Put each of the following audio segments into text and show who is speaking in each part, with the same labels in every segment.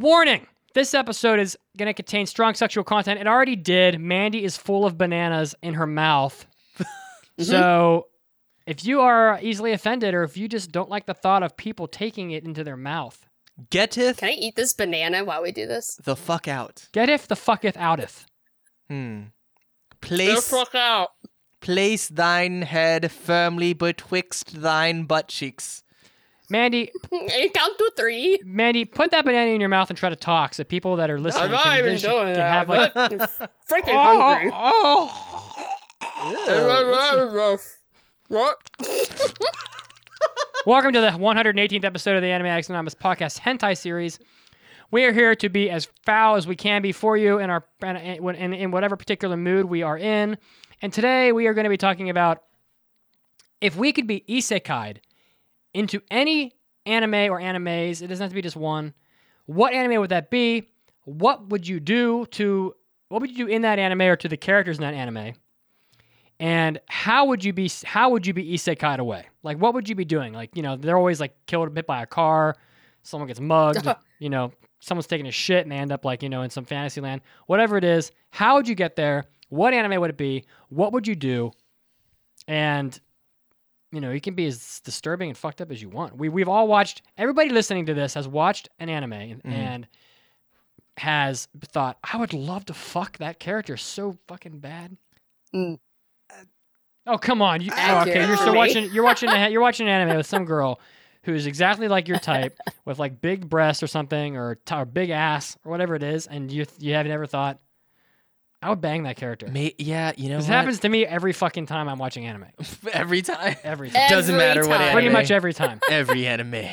Speaker 1: Warning! This episode is going to contain strong sexual content. It already did. Mandy is full of bananas in her mouth. So, if you are easily offended or if you just don't like the thought of people taking it into their mouth,
Speaker 2: Getteth
Speaker 3: Can I eat this banana while we do this?
Speaker 2: the fuck out.
Speaker 1: get if the fucketh outeth.
Speaker 2: Hmm. Place
Speaker 3: out.
Speaker 2: place thine head firmly betwixt thine butt cheeks.
Speaker 1: Mandy,
Speaker 3: Mm, eh, Count to three.
Speaker 1: Mandy, put that banana in your mouth and try to talk so people that are listening
Speaker 3: I'm not
Speaker 1: can,
Speaker 3: even
Speaker 1: vision-
Speaker 3: doing
Speaker 1: can
Speaker 3: that.
Speaker 1: have like
Speaker 3: I'm freaking
Speaker 2: Ah.
Speaker 3: hungry.
Speaker 2: Ew.
Speaker 3: What?
Speaker 1: Welcome to the 118th episode of the Anime Addicts Anonymous podcast hentai series. We are here to be as foul as we can be for you in our in, in, in whatever particular mood we are in. And today we are going to be talking about if we could be isekai'd into any anime or animes, it doesn't have to be just one. What anime would that be? What would you do to what would you do in that anime or to the characters in that anime? and how would you be how would you be isekai'd away? Like what would you be doing? Like, you know, they're always like killed bit by a car, someone gets mugged, you know, someone's taking a shit and they end up like, you know, in some fantasy land. Whatever it is, how would you get there? What anime would it be? What would you do? And you know, you can be as disturbing and fucked up as you want. We we've all watched everybody listening to this has watched an anime and, and has thought, I would love to fuck that character so fucking bad.
Speaker 3: Mm.
Speaker 1: Oh come on! You, oh, okay,
Speaker 3: Accurate
Speaker 1: you're
Speaker 3: for
Speaker 1: still
Speaker 3: me.
Speaker 1: watching. You're watching. a- You're watching an anime with some girl who's exactly like your type, with like big breasts or something, or, t- or big ass or whatever it is, and you you have never thought, I would bang that character.
Speaker 2: Ma- yeah, you know
Speaker 1: This
Speaker 2: what?
Speaker 1: happens to me every fucking time I'm watching anime.
Speaker 2: every time.
Speaker 1: Every time.
Speaker 2: Doesn't
Speaker 3: Every
Speaker 2: matter what
Speaker 3: time.
Speaker 2: anime.
Speaker 1: Pretty much every time.
Speaker 2: every anime.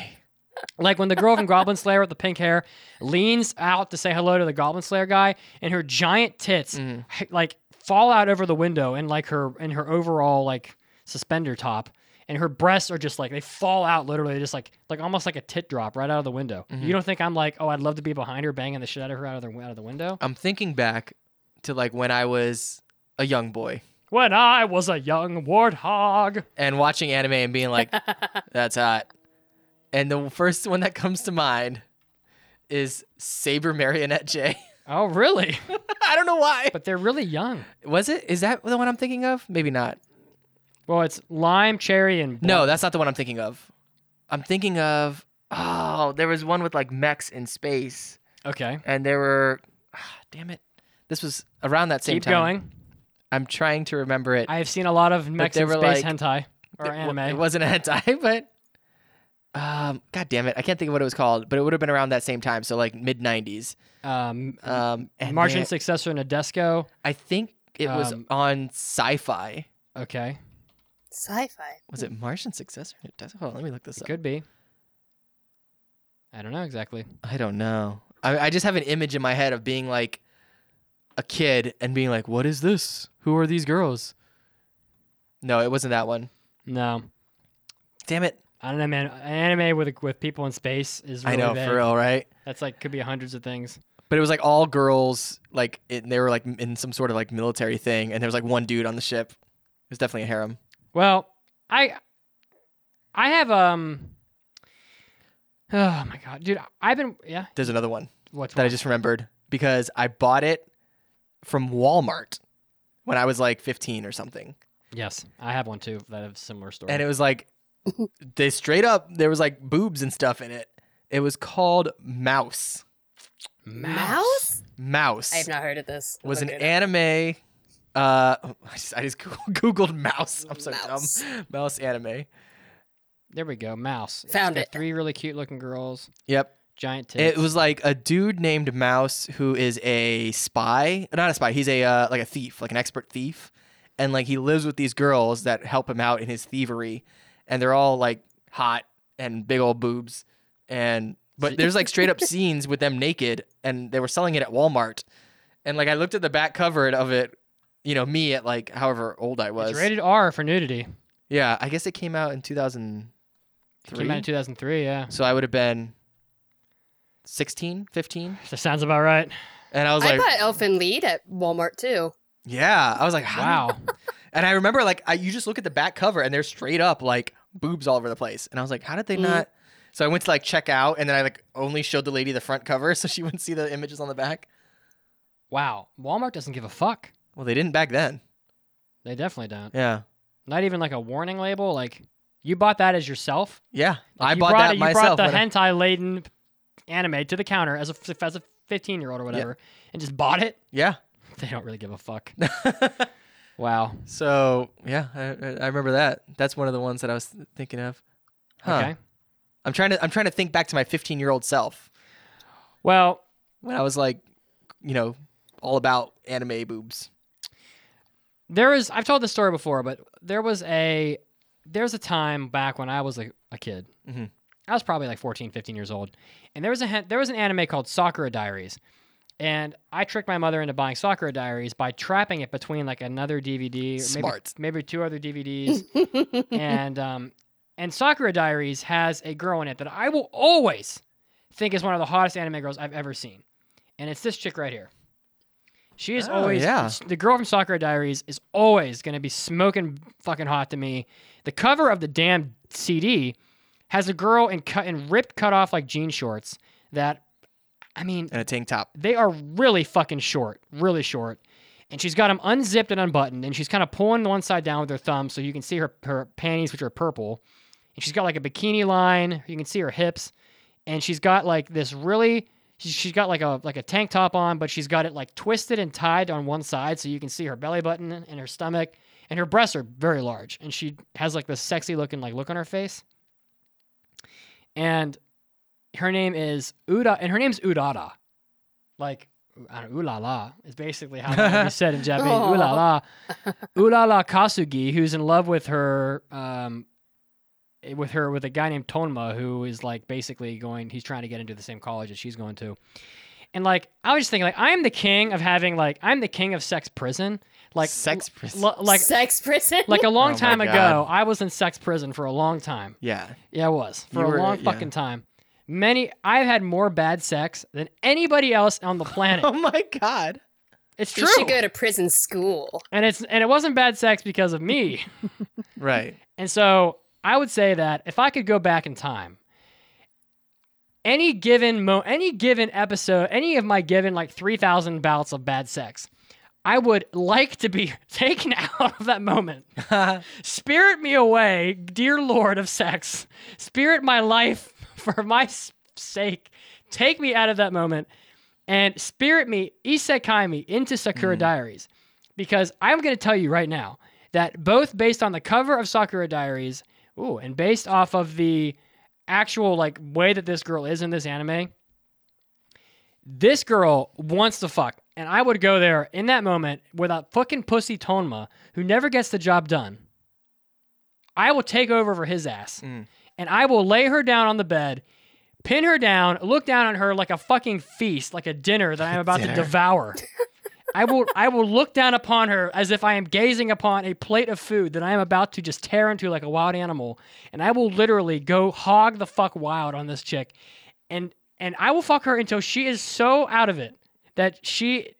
Speaker 1: Like when the girl from Goblin Slayer with the pink hair leans out to say hello to the Goblin Slayer guy, and her giant tits
Speaker 2: Mm.
Speaker 1: h- like fall out over the window, and like her and her overall like suspender top, and her breasts are just like they fall out literally, just like like almost like a tit drop right out of the window.
Speaker 2: Mhm.
Speaker 1: You don't think I'm like, oh, I'd love to be behind her, banging the shit out of her out of the out of the window?
Speaker 2: I'm thinking back to like when I was a young boy
Speaker 1: When I was a young warthog,
Speaker 2: and watching anime and being like, that's hot. And the first one that comes to mind is Saber Marionette J.
Speaker 1: oh really?
Speaker 2: I don't know why.
Speaker 1: but they're really young.
Speaker 2: Was it? Is that the one I'm thinking of? Maybe not.
Speaker 1: Well, it's lime, cherry, and
Speaker 2: No, that's not the one I'm thinking of. I'm thinking of oh, there was one with like mechs in space,
Speaker 1: Okay,
Speaker 2: and there were, ah, damn it, this was around that same
Speaker 1: keep
Speaker 2: time.
Speaker 1: going.
Speaker 2: I'm trying to remember it.
Speaker 1: I have seen a lot of Mexican
Speaker 2: were,
Speaker 1: space
Speaker 2: like-
Speaker 1: hentai or
Speaker 2: it, wa-
Speaker 1: anime.
Speaker 2: It wasn't a hentai, but um, god damn it, I can't think of what it was called. But it would have been around that same time, so like mid '90s.
Speaker 1: um,
Speaker 2: Um, and
Speaker 1: Martian
Speaker 2: there-
Speaker 1: successor Nadesco.
Speaker 2: I think it was
Speaker 1: um,
Speaker 2: on Sci-Fi.
Speaker 1: Okay,
Speaker 3: Sci-fi.
Speaker 2: Was it Martian successor? It does- Hold on, let me look this
Speaker 1: it
Speaker 2: up.
Speaker 1: could be. I don't know exactly.
Speaker 2: I don't know. I, I just have an image in my head of being like a kid and being like, "What is this? Who are these girls?" No, it wasn't that one.
Speaker 1: No,
Speaker 2: Damn it!
Speaker 1: I don't know, man. Anime with with people in space is really
Speaker 2: I know
Speaker 1: vague.
Speaker 2: for real, right?
Speaker 1: That's like could be hundreds of things.
Speaker 2: But it was like all girls, like it, they were like m- in some sort of like military thing, and there was like one dude on the ship. It was definitely a harem.
Speaker 1: Well, I I have um. Oh my god, dude! I've been yeah.
Speaker 2: There's another one
Speaker 1: What's
Speaker 2: that I
Speaker 1: one?
Speaker 2: just remembered because I bought it from Walmart when I was like 15 or something.
Speaker 1: Yes, I have one too that have similar story.
Speaker 2: and it was like they straight up there was like boobs and stuff in it. It was called Mouse.
Speaker 3: Mouse?
Speaker 2: Mouse
Speaker 3: I have not heard of this. Oh
Speaker 2: was an
Speaker 3: Okay.
Speaker 2: anime. Uh, I just, I just googled mouse. I'm so
Speaker 3: Mouse.
Speaker 2: dumb. Mouse anime.
Speaker 1: There we go. Mouse. It's
Speaker 3: Found
Speaker 1: got
Speaker 3: it.
Speaker 1: Three really cute looking girls.
Speaker 2: Yep.
Speaker 1: Giant tits.
Speaker 2: It was like a dude named Mouse who is a spy, not a spy. He's a uh, like a thief, like an expert thief, and like he lives with these girls that help him out in his thievery, and they're all like hot and big old boobs, and but there's like straight up scenes with them naked, and they were selling it at Walmart, and like I looked at the back cover of it, you know, me at like however old I was.
Speaker 1: It's rated R for nudity.
Speaker 2: Yeah, I guess it came out in 2003,
Speaker 1: It Came out in 2003, yeah.
Speaker 2: so I would have been 16, 15.
Speaker 1: That sounds about right.
Speaker 2: And I was
Speaker 3: I
Speaker 2: like,
Speaker 3: bought Elfin Lead at Walmart too.
Speaker 2: yeah. I was like, how?
Speaker 1: Wow.
Speaker 2: And I
Speaker 1: Mm-hmm.
Speaker 2: remember, like, I, you just look at the back cover and they're straight up, like, boobs all over the place. And I was like, how did they
Speaker 3: Mhm.
Speaker 2: not? So I went to like check out, and then I like only showed the lady the front cover, so she wouldn't see the images on the back.
Speaker 1: Wow. Walmart doesn't give a fuck.
Speaker 2: Well, they didn't back then.
Speaker 1: They definitely don't.
Speaker 2: Yeah,
Speaker 1: Not even like a warning label. Like you bought that as yourself.
Speaker 2: yeah.
Speaker 1: Like,
Speaker 2: I
Speaker 1: you
Speaker 2: bought
Speaker 1: brought
Speaker 2: that
Speaker 1: it- you
Speaker 2: myself.
Speaker 1: brought the
Speaker 2: when I-
Speaker 1: hentai laden anime to the counter as a as a fifteen year old or whatever, and just bought it.
Speaker 2: yeah.
Speaker 1: They don't really give a fuck. wow.
Speaker 2: so yeah, I, I- I remember that. That's one of the ones that I was thinking of. Huh.
Speaker 1: Okay.
Speaker 2: I'm trying to I'm trying to think back to my 15 year old self
Speaker 1: Well,
Speaker 2: when I was like, you know, all about anime boobs.
Speaker 1: there is. I've told this story before, but there was a there's a time back when I was a, a kid.
Speaker 2: Mhm.
Speaker 1: I was probably like 14, 15 years old, and there was a hen- there was an anime called Sakura Diaries, and I tricked my mother into buying Sakura Diaries by trapping it between like another DVD, or
Speaker 2: Smart.
Speaker 1: maybe maybe two other DVDs. and um, and Sakura Diaries has a girl in it that I will always think is one of the hottest anime girls I've ever seen, and it's this chick right here. She is
Speaker 2: Oh,
Speaker 1: always
Speaker 2: yeah.
Speaker 1: the girl from Sakura Diaries is always going to be smoking fucking hot to me. The cover of the damn CD has a girl in cut in ripped cut off like jean shorts that, I mean,
Speaker 2: and a tank top.
Speaker 1: they are really fucking short, really short. And she's got them unzipped and unbuttoned, and she's kind of pulling one side down with her thumb so you can see her, her panties, which are purple. And she's got like a bikini line, you can see her hips, and she's got like this really. she- She's got like a like a tank top on, but she's got it like twisted and tied on one side, so you can see her belly button and her stomach, and her breasts are very large, and she has like this sexy looking like look on her face. And her name is Uda, and her name's Udada like I don't, ooh la la is basically how that would be said in Japanese. Ooh la la, ooh la la Kasugi, who's in love with her, um, eh, with her with a guy named Tonma, who is like basically going. He's trying to get into the same college that she's going to, and like I was just thinking, like I am the king of having like I'm the king of sex prison, like
Speaker 2: sex. pres-
Speaker 1: l- like
Speaker 3: sex prison.
Speaker 1: like a long
Speaker 2: Oh my
Speaker 1: time ago.
Speaker 2: God.
Speaker 1: I was in sex prison for a long time.
Speaker 2: yeah.
Speaker 1: Yeah, I was for
Speaker 2: You
Speaker 1: a
Speaker 2: were-
Speaker 1: long
Speaker 2: yeah.
Speaker 1: fucking time. Many I've had more bad sex than anybody else on the planet.
Speaker 2: Oh my god.
Speaker 1: It's true.
Speaker 3: you should go to prison school.
Speaker 1: and it's and it wasn't bad sex because of me.
Speaker 2: Right.
Speaker 1: and so I would say that if I could go back in time, any given mo any given episode, any of my given like 3000 bouts of bad sex, I would like to be taken out of that moment. Spirit me away, dear Lord of sex. Spirit my life for my s- sake. Take me out of that moment and spirit me, isekai me into Sakura Diaries. Because I'm going to tell you right now that both based on the cover of Sakura Diaries, ooh, and based off of the actual like way that this girl is in this anime, this girl wants to fuck. And I would go there in that moment with a fucking pussy Tonma who never gets the job done. I will take over for his ass.
Speaker 2: Mm.
Speaker 1: And I will lay her down on the bed, pin her down, look down on her like a fucking feast, like a dinner that I'm about
Speaker 2: Dinner.
Speaker 1: to devour. I will I will look down upon her as if I am gazing upon a plate of food that I am about to just tear into like a wild animal, and I will literally go hog the fuck wild on this chick, and and I will fuck her until she is so out of it that she,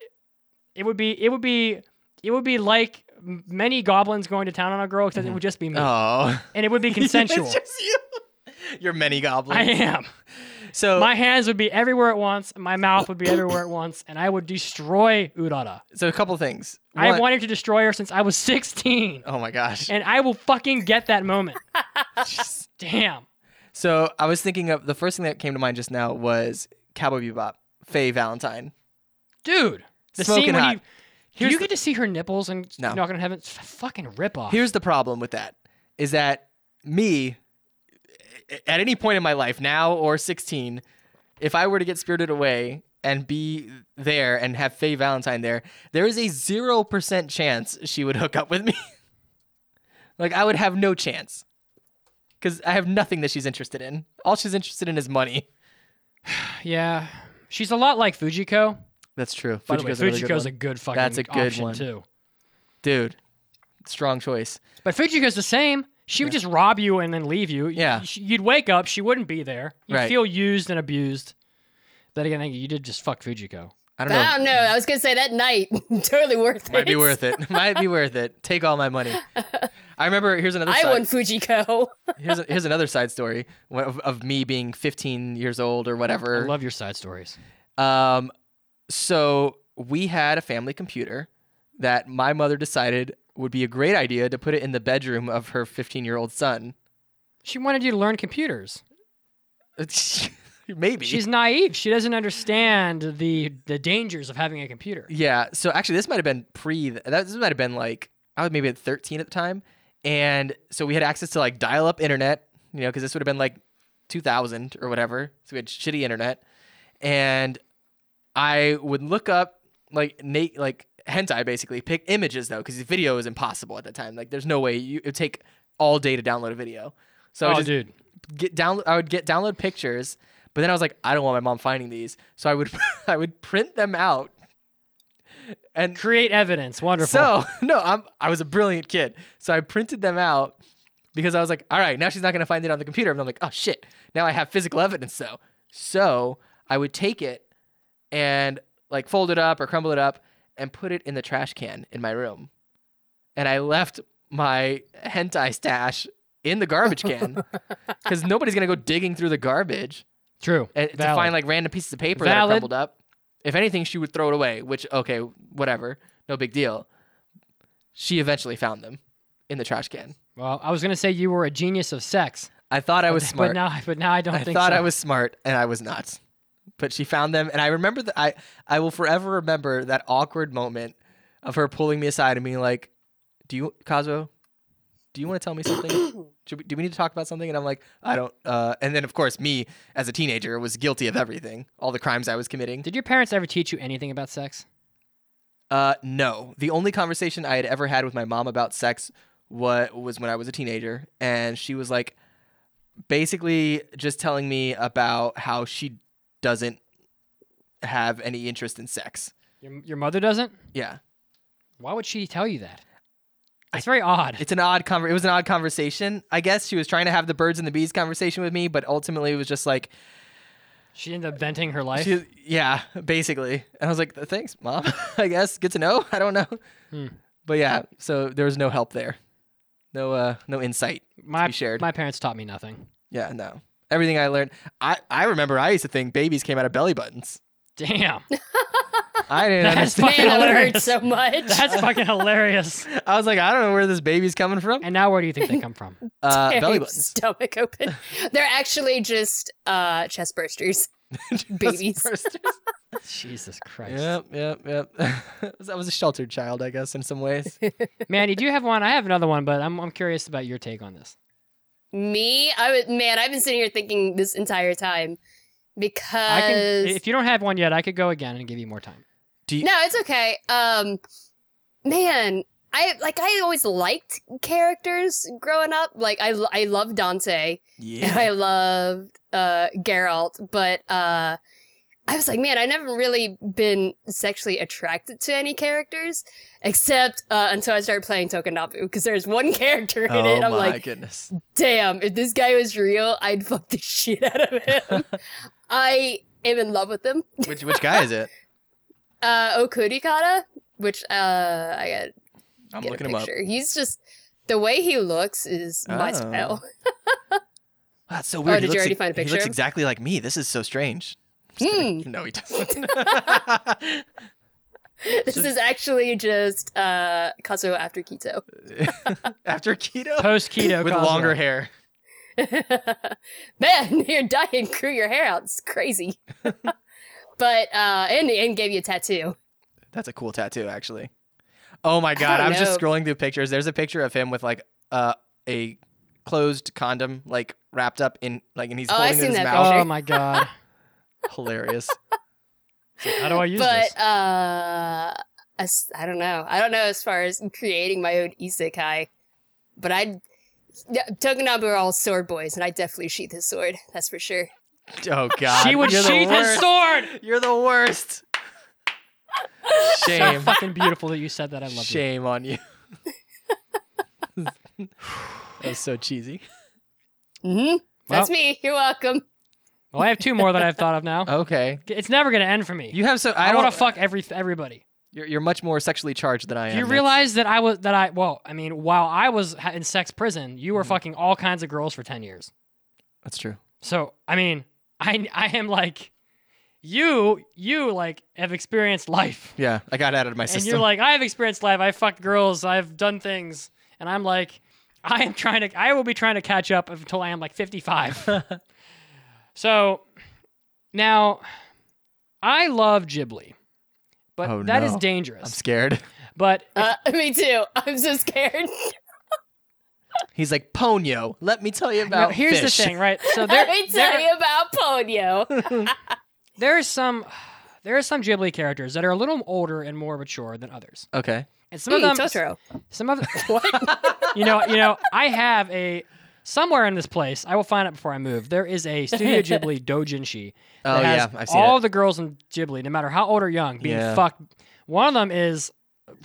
Speaker 1: it would be it would be it would be like m- many goblins going to town on a girl except it would just be me,
Speaker 2: Oh.
Speaker 1: and it would be consensual.
Speaker 2: it's just you. You're many goblins.
Speaker 1: I am.
Speaker 2: so
Speaker 1: My hands would be everywhere at once, my mouth would be everywhere at once, and I would destroy Urara.
Speaker 2: so a couple things.
Speaker 1: I have
Speaker 2: One-
Speaker 1: wanted to destroy her since I was 16.
Speaker 2: Oh my gosh.
Speaker 1: and I will fucking get that moment.
Speaker 2: Jeez.
Speaker 1: Damn.
Speaker 2: so I was thinking of the first thing that came to mind just now was Cowboy Bebop, Faye Valentine.
Speaker 1: Dude. The
Speaker 2: Smoking
Speaker 1: scene when
Speaker 2: hot.
Speaker 1: you, do
Speaker 2: Here's
Speaker 1: you
Speaker 2: the-
Speaker 1: get to see her nipples and
Speaker 2: No.
Speaker 1: knocking on heaven. It's a fucking rip off.
Speaker 2: Here's the problem with that is that me, at any point in my life, now or 16, if I were to get spirited away and be there and have Faye Valentine there, there is a 0% chance she would hook up with me. like, I would have no chance because I have nothing that she's interested in. All she's interested in is money.
Speaker 1: yeah. She's a lot like Fujiko.
Speaker 2: That's true.
Speaker 1: By the way,
Speaker 2: Fujiko's a really good
Speaker 1: Fujiko's
Speaker 2: one.
Speaker 1: a good fucking
Speaker 2: That's a good
Speaker 1: option
Speaker 2: one.
Speaker 1: too.
Speaker 2: dude. Strong choice.
Speaker 1: But Fujiko's the same. She would just rob you and then leave you. Y-
Speaker 2: Yeah.
Speaker 1: sh- You'd wake up, she wouldn't be there. You'd
Speaker 2: Right.
Speaker 1: feel used and abused. Then again, I think you did just fuck Fujiko.
Speaker 2: I don't know.
Speaker 3: I don't know. I was gonna say that night, totally worth it.
Speaker 2: Might be worth it. Might be worth it. Take all my money. I remember here's another
Speaker 3: I
Speaker 2: side,
Speaker 3: won Fujiko.
Speaker 2: here's a, here's another side story of, of me being 15 years old or
Speaker 1: I
Speaker 2: whatever.
Speaker 1: love your side stories.
Speaker 2: Um, so we had a family computer that my mother decided would be a great idea to put it in the bedroom of her 15 year old son.
Speaker 1: She wanted you to learn computers.
Speaker 2: Maybe.
Speaker 1: She's naive. She doesn't understand the the dangers of having a computer.
Speaker 2: yeah. So actually, this might have been pre. That this might have been like I was maybe at 13 at the time, and so we had access to like dial up internet, you know, because this would have been like 2000 or whatever. So we had shitty internet, and I would look up like Nate like hentai basically pick images though because video is impossible at that time. Like there's no way you it would take all day to download a video. So I would
Speaker 1: oh,
Speaker 2: just
Speaker 1: dude.
Speaker 2: get down I would get download pictures, but then I was like, I don't want my mom finding these. So I would I would print them out. And
Speaker 1: Create evidence. Wonderful.
Speaker 2: so no, I'm I was a brilliant kid. So I printed them out because I was like, all right, now she's not gonna find it on the computer. And I'm like, oh shit. Now I have physical evidence though. So I would take it and like fold it up or crumble it up and put it in the trash can in my room. And I left my hentai stash in the garbage can because nobody's gonna go digging through the garbage
Speaker 1: True.
Speaker 2: and uh, to
Speaker 1: Valid.
Speaker 2: find like random pieces of paper that are
Speaker 1: Valid.
Speaker 2: crumpled up. If anything, she would throw it away, which okay, whatever, no big deal. She eventually found them in the trash can.
Speaker 1: well, I was gonna say you were a genius of sex.
Speaker 2: I thought I was
Speaker 1: but,
Speaker 2: smart.
Speaker 1: But now, but now I don't
Speaker 2: I
Speaker 1: think
Speaker 2: thought
Speaker 1: so.
Speaker 2: I was smart, and I was not. But she found them, and I remember that I I will forever remember that awkward moment of her pulling me aside and being like, "Do you, Cosmo? Do you want to tell me something? Should we, do we need to talk about something?" And I'm like, "I don't." Uh, and then of course, me as a teenager was guilty of everything, all the crimes I was committing.
Speaker 1: Did your parents ever teach you anything about sex?
Speaker 2: Uh, no. The only conversation I had ever had with my mom about sex wa- was when I was a teenager, and she was like, basically just telling me about how she doesn't have any interest in sex.
Speaker 1: Your, your mother doesn't.
Speaker 2: Yeah,
Speaker 1: Why would she tell you that? It's very odd.
Speaker 2: it's an odd conver- It was an odd conversation. I guess she was trying to have the birds and the bees conversation with me, but ultimately it was just like,
Speaker 1: she ended up venting her life.
Speaker 2: she, yeah, basically. And I was like, thanks, mom. I guess good to know. I don't know,
Speaker 1: Hmm.
Speaker 2: but yeah. So there was no help there, no uh, no insight.
Speaker 1: my
Speaker 2: be shared.
Speaker 1: my parents taught me nothing.
Speaker 2: Yeah, no. Everything I learned, I, I remember I used to think babies came out of belly buttons.
Speaker 1: Damn,
Speaker 2: I didn't
Speaker 1: That's
Speaker 2: understand.
Speaker 1: fucking
Speaker 3: Man, that hurt
Speaker 1: hilarious.
Speaker 3: so much.
Speaker 1: that's fucking hilarious.
Speaker 2: I was like, I don't know where this baby's coming from.
Speaker 1: And now, where do you think they come from?
Speaker 2: Uh,
Speaker 3: Tear
Speaker 2: belly
Speaker 3: your
Speaker 2: buttons.
Speaker 3: Stomach open. They're actually just uh chest bursters. Babies.
Speaker 2: Just-
Speaker 1: Jesus Christ,
Speaker 2: yep, yep, yep. I was a sheltered child, I guess, in some ways.
Speaker 1: Mandy, do you have one? I have another one, but I'm I'm curious about your take on this.
Speaker 3: Me, I was man. I've been sitting here thinking this entire time because
Speaker 1: I can, if you don't have one yet, I could go again and give you more time.
Speaker 2: Do you,
Speaker 3: no, it's okay. Um, man, I like I always liked characters growing up. Like I lo- I love Dante. and I
Speaker 2: Yeah.
Speaker 3: loved uh Geralt, but uh I was like, man, I never really been sexually attracted to any characters except uh, until I started playing Tokenabu because there's one character in
Speaker 2: Oh
Speaker 3: it.
Speaker 2: my
Speaker 3: I'm like,
Speaker 2: goodness.
Speaker 3: damn, if this guy was real, I'd fuck the shit out of him. I am in love with him.
Speaker 2: Which which guy is it?
Speaker 3: Uh, Okurikata, which uh, I got
Speaker 2: I'm
Speaker 3: get
Speaker 2: looking
Speaker 3: a
Speaker 2: him up.
Speaker 3: picture. He's just the way he looks is my
Speaker 2: Oh.
Speaker 3: style.
Speaker 2: Wow, that's so weird.
Speaker 3: Oh, did
Speaker 2: he
Speaker 3: you
Speaker 2: looks
Speaker 3: already
Speaker 2: ex-
Speaker 3: find a
Speaker 2: He looks
Speaker 3: picture?
Speaker 2: exactly like me. This is so strange. Just
Speaker 3: Hmm,
Speaker 2: kidding. No, he doesn't.
Speaker 3: this is actually just uh, Kazuo after Kito.
Speaker 2: After keto,
Speaker 1: Post keto
Speaker 2: with longer hair.
Speaker 3: Man, your diet grew your hair out. It's crazy. but uh and and gave you a tattoo.
Speaker 2: That's a cool tattoo, actually. Oh my god, I,
Speaker 3: don't
Speaker 2: was just
Speaker 3: know.
Speaker 2: scrolling through pictures. There's a picture of him with like uh, a closed condom, like wrapped up in like, and he's
Speaker 3: Oh, I've
Speaker 2: holding it in
Speaker 3: seen
Speaker 2: his
Speaker 3: that
Speaker 2: mouth.
Speaker 1: Oh my god,
Speaker 2: Hilarious.
Speaker 1: how do I use
Speaker 3: but
Speaker 1: this?
Speaker 3: uh I, s- I don't know. I don't know as far as creating my own isekai. But I Tokunabu are all sword boys and I definitely sheath his sword. That's for sure.
Speaker 2: Oh god,
Speaker 1: she would
Speaker 2: You're the
Speaker 1: sheath his
Speaker 2: worst.
Speaker 1: sword.
Speaker 2: You're the worst.
Speaker 1: So
Speaker 2: Shame,
Speaker 1: fucking beautiful that you said that. I love you.
Speaker 2: shame on you. that was so cheesy.
Speaker 3: Mhm. That's me. You're welcome.
Speaker 1: Well, I have two more that I've thought of now.
Speaker 2: Okay,
Speaker 1: It's never gonna end for me.
Speaker 2: you have so I,
Speaker 1: I,
Speaker 2: don't
Speaker 1: want to fuck every everybody.
Speaker 2: You're, you're much more sexually charged than I am.
Speaker 1: Do you
Speaker 2: That's-
Speaker 1: realize that I was that I well, I mean, while I was ha- in sex prison, you were
Speaker 2: Mhm.
Speaker 1: fucking all kinds of girls for ten years.
Speaker 2: That's true.
Speaker 1: So I mean, I I am like, you you like have experienced life,
Speaker 2: Yeah, I got out of my
Speaker 1: and
Speaker 2: system.
Speaker 1: you're like, I have experienced life. I fucked girls. I've done things, and I'm like, I am trying to. I will be trying to catch up until I am like 55. so now, I love Ghibli, but that
Speaker 2: Oh,
Speaker 1: is
Speaker 2: no. I'm
Speaker 1: dangerous.
Speaker 2: scared.
Speaker 1: but
Speaker 3: Uh, me too. I'm so scared.
Speaker 2: He's like Ponyo. Let me tell you about.
Speaker 1: Now, here's
Speaker 2: fish."
Speaker 1: the thing, right? So there,
Speaker 3: Let me
Speaker 1: there-
Speaker 3: tell you about Ponyo.
Speaker 1: there are some there are some Ghibli characters that are a little older and more mature than others,
Speaker 2: Okay.
Speaker 1: and some
Speaker 3: Hmm,
Speaker 1: of them,
Speaker 3: Totoro.
Speaker 1: some of you know, you know, I have a somewhere in this place. I will find it before I move. There is a Studio Ghibli doujinshi
Speaker 2: Oh
Speaker 1: that has
Speaker 2: yeah, I've seen
Speaker 1: all
Speaker 2: it.
Speaker 1: the girls in Ghibli, no matter how old or young, being
Speaker 2: Yeah.
Speaker 1: fucked. One of them is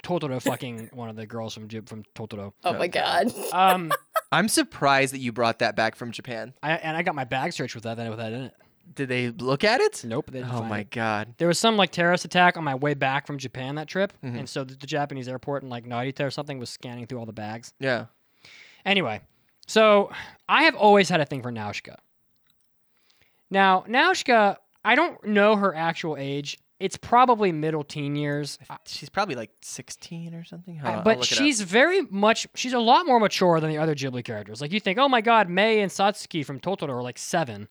Speaker 1: Totoro fucking one of the girls from Ghib from Totoro.
Speaker 3: Oh my god.
Speaker 1: Um,
Speaker 2: I'm surprised that you brought that back from Japan.
Speaker 1: I, and I got my bag searched with that with that in it.
Speaker 2: Did they look at it?
Speaker 1: Nope. They didn't
Speaker 2: Oh
Speaker 1: find
Speaker 2: my
Speaker 1: it.
Speaker 2: god.
Speaker 1: There was some like terrorist attack on my way back from Japan that trip,
Speaker 2: Mhm.
Speaker 1: and so the, the Japanese airport in like Narita or something was scanning through all the bags.
Speaker 2: Yeah.
Speaker 1: Anyway, so I have always had a thing for Naushka. Now Naushka, I don't know her actual age. It's probably middle teen years, I-
Speaker 2: She's probably like 16 or something. Hold
Speaker 1: I-
Speaker 2: on, I'll
Speaker 1: but
Speaker 2: look it up.
Speaker 1: she's very much she's a lot more mature than the other Ghibli characters. Like you think, oh my God, Mei and Satsuki from Totoro are like seven.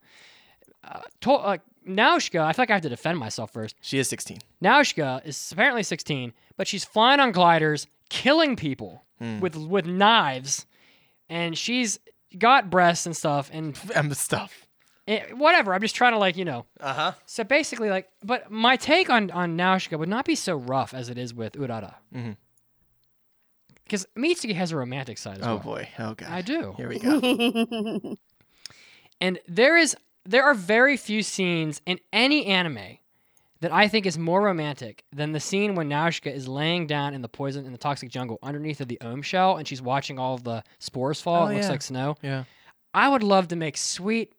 Speaker 1: Uh, to- uh, Naushka, I feel like I have to defend myself first.
Speaker 2: she is 16.
Speaker 1: Naushka is apparently 16, but she's flying on gliders, killing people
Speaker 2: Hmm.
Speaker 1: with with knives, and she's got breasts and stuff and
Speaker 2: I'm stuff.
Speaker 1: eh, whatever. I'm just trying to like you know.
Speaker 2: Uh huh.
Speaker 1: So basically, like, but my take on on Naushka would not be so rough as it is with Urara,
Speaker 2: Mhm.
Speaker 1: because Mitsuki has a romantic side as
Speaker 2: Oh
Speaker 1: well.
Speaker 2: boy. Oh god.
Speaker 1: I do.
Speaker 2: Here we go.
Speaker 1: And there is there are very few scenes in any anime that I think is more romantic than the scene when Naoshka is laying down in the poison in the toxic jungle underneath of the ohm shell and she's watching all of the spores fall.
Speaker 2: Oh,
Speaker 1: it looks
Speaker 2: yeah.
Speaker 1: like snow.
Speaker 2: yeah.
Speaker 1: I would love to make sweet,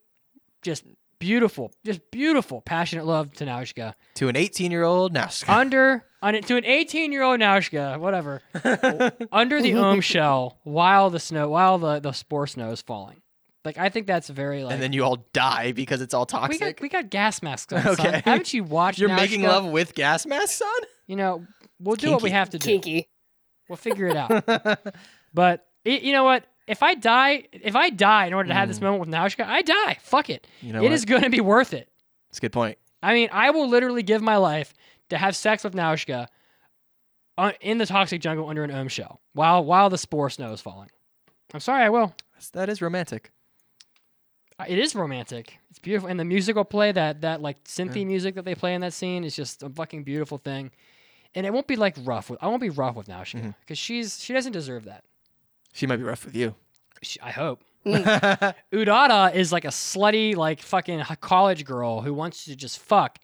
Speaker 1: just beautiful, just beautiful, passionate love to Naoshka
Speaker 2: To an 18 year old now.
Speaker 1: under on, to an 18 year old Naoshka, whatever, under the ohm shell while the snow while the the spore snow is falling. Like I think that's very like
Speaker 2: and then you all die because it's all
Speaker 1: we
Speaker 2: toxic.
Speaker 1: got, we got gas masks on. son.
Speaker 2: Okay.
Speaker 1: Haven't you watched?
Speaker 2: You're
Speaker 1: Now
Speaker 2: making
Speaker 1: Chica?
Speaker 2: love with gas masks
Speaker 1: You know, we'll do what we
Speaker 2: Kinky.
Speaker 1: have to do.
Speaker 3: Kinky.
Speaker 1: We'll figure it out.
Speaker 2: on?
Speaker 1: But it, you know what? If I die, if I die in order to have this
Speaker 2: Mm.
Speaker 1: moment with Naushka, I die. Fuck it.
Speaker 2: you
Speaker 1: It
Speaker 2: know
Speaker 1: is going to be worth it.
Speaker 2: It's a good point.
Speaker 1: I mean, I will literally give my life to have sex with Naushka on, in the toxic jungle under an ohm shell while while the spore snow is falling. I'm sorry, I will.
Speaker 2: That's- That is romantic.
Speaker 1: Uh, It is romantic. It's beautiful, and the musical play that that like synthy
Speaker 2: Yeah.
Speaker 1: music that they play in that scene is just a fucking beautiful thing. And it won't be like rough with I won't be rough with Naoshka because
Speaker 2: Mhm.
Speaker 1: she's she doesn't deserve that.
Speaker 2: She might be rough with you.
Speaker 1: She, I hope
Speaker 2: yeah.
Speaker 1: Udada is like a slutty like fucking h- college girl who wants to just fuck.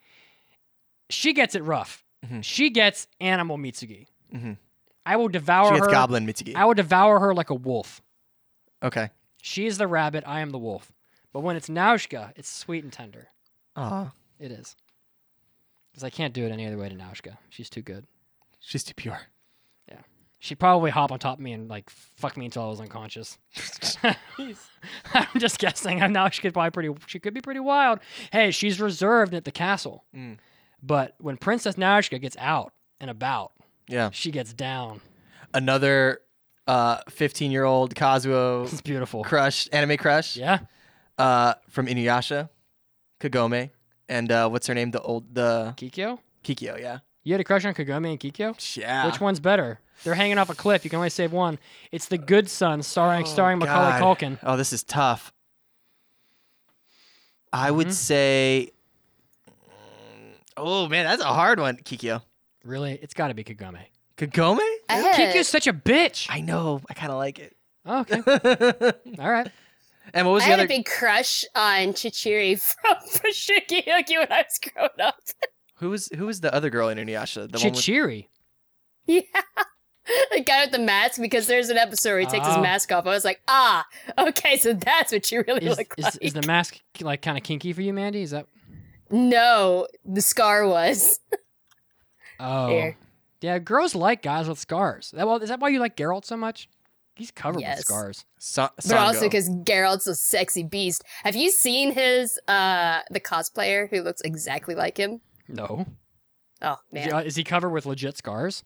Speaker 1: She gets it rough.
Speaker 2: Mhm.
Speaker 1: She gets animal Mitsugi.
Speaker 2: Mhm.
Speaker 1: I will
Speaker 2: She
Speaker 1: devour
Speaker 2: gets
Speaker 1: her.
Speaker 2: goblin Mitsugi.
Speaker 1: I will devour her like a wolf.
Speaker 2: Okay.
Speaker 1: She is the rabbit. I am the wolf. But when it's Naoshka, it's sweet and tender.
Speaker 2: Aw.
Speaker 1: It is. Because I can't do it any other way to Naushka. She's too good.
Speaker 2: She's too pure.
Speaker 1: She'd probably hop on top of me and like fuck me until I was unconscious. I'm just guessing. I'm now she could probably pretty. She could be pretty wild. Hey, she's reserved at the castle,
Speaker 2: Mm.
Speaker 1: but when Princess Naushka gets out and about,
Speaker 2: Yeah.
Speaker 1: she gets down.
Speaker 2: Another uh 15 year old Kazuo
Speaker 1: It's beautiful.
Speaker 2: crush, anime crush.
Speaker 1: Yeah,
Speaker 2: uh, from Inuyasha, Kagome, and uh, what's her name? The old the
Speaker 1: Kikyo.
Speaker 2: Kikyo, yeah.
Speaker 1: You had a crush on Kagome and Kikyo.
Speaker 2: Yeah.
Speaker 1: Which one's better? They're hanging off a cliff. You can only save one. It's the Good Son, starring starring Macaulay
Speaker 2: Oh, God.
Speaker 1: Culkin.
Speaker 2: Oh, this is tough. I would
Speaker 1: Mhm.
Speaker 2: say. Mm-hmm. Oh man, that's a hard one, Kikyo.
Speaker 1: Really, it's got to be Kagome.
Speaker 2: Kagome?
Speaker 3: I had-
Speaker 1: Kikyo's such a bitch.
Speaker 2: I know. I kind of like it.
Speaker 1: Oh, okay.
Speaker 2: and
Speaker 1: All right.
Speaker 2: what was
Speaker 3: I
Speaker 2: the
Speaker 3: had
Speaker 2: other?
Speaker 3: a big crush on Chichiri from Shiki Yuki when I was growing up.
Speaker 2: Who was who was the other girl in Inuyasha? The one with...
Speaker 1: Chichiri.
Speaker 3: Yeah. The guy with the mask, because there's an episode where he takes
Speaker 1: Ah.
Speaker 3: his mask off. I was like, ah, okay, so that's what you really
Speaker 1: Is,
Speaker 3: look
Speaker 1: is,
Speaker 3: like.
Speaker 1: is the mask like kind of kinky for you, Mandy? Is that?
Speaker 3: no, the scar was.
Speaker 1: Oh.
Speaker 3: There.
Speaker 1: Yeah, girls like guys with scars. That well, is that why you like Geralt so much? He's covered
Speaker 3: Yes.
Speaker 1: with scars.
Speaker 2: Sa-
Speaker 3: But also
Speaker 2: Sango.
Speaker 3: because Geralt's a sexy beast. Have you seen his uh the cosplayer who looks exactly like him?
Speaker 1: No,
Speaker 3: Oh
Speaker 1: Is
Speaker 3: man,
Speaker 1: he- uh, is he covered with legit scars?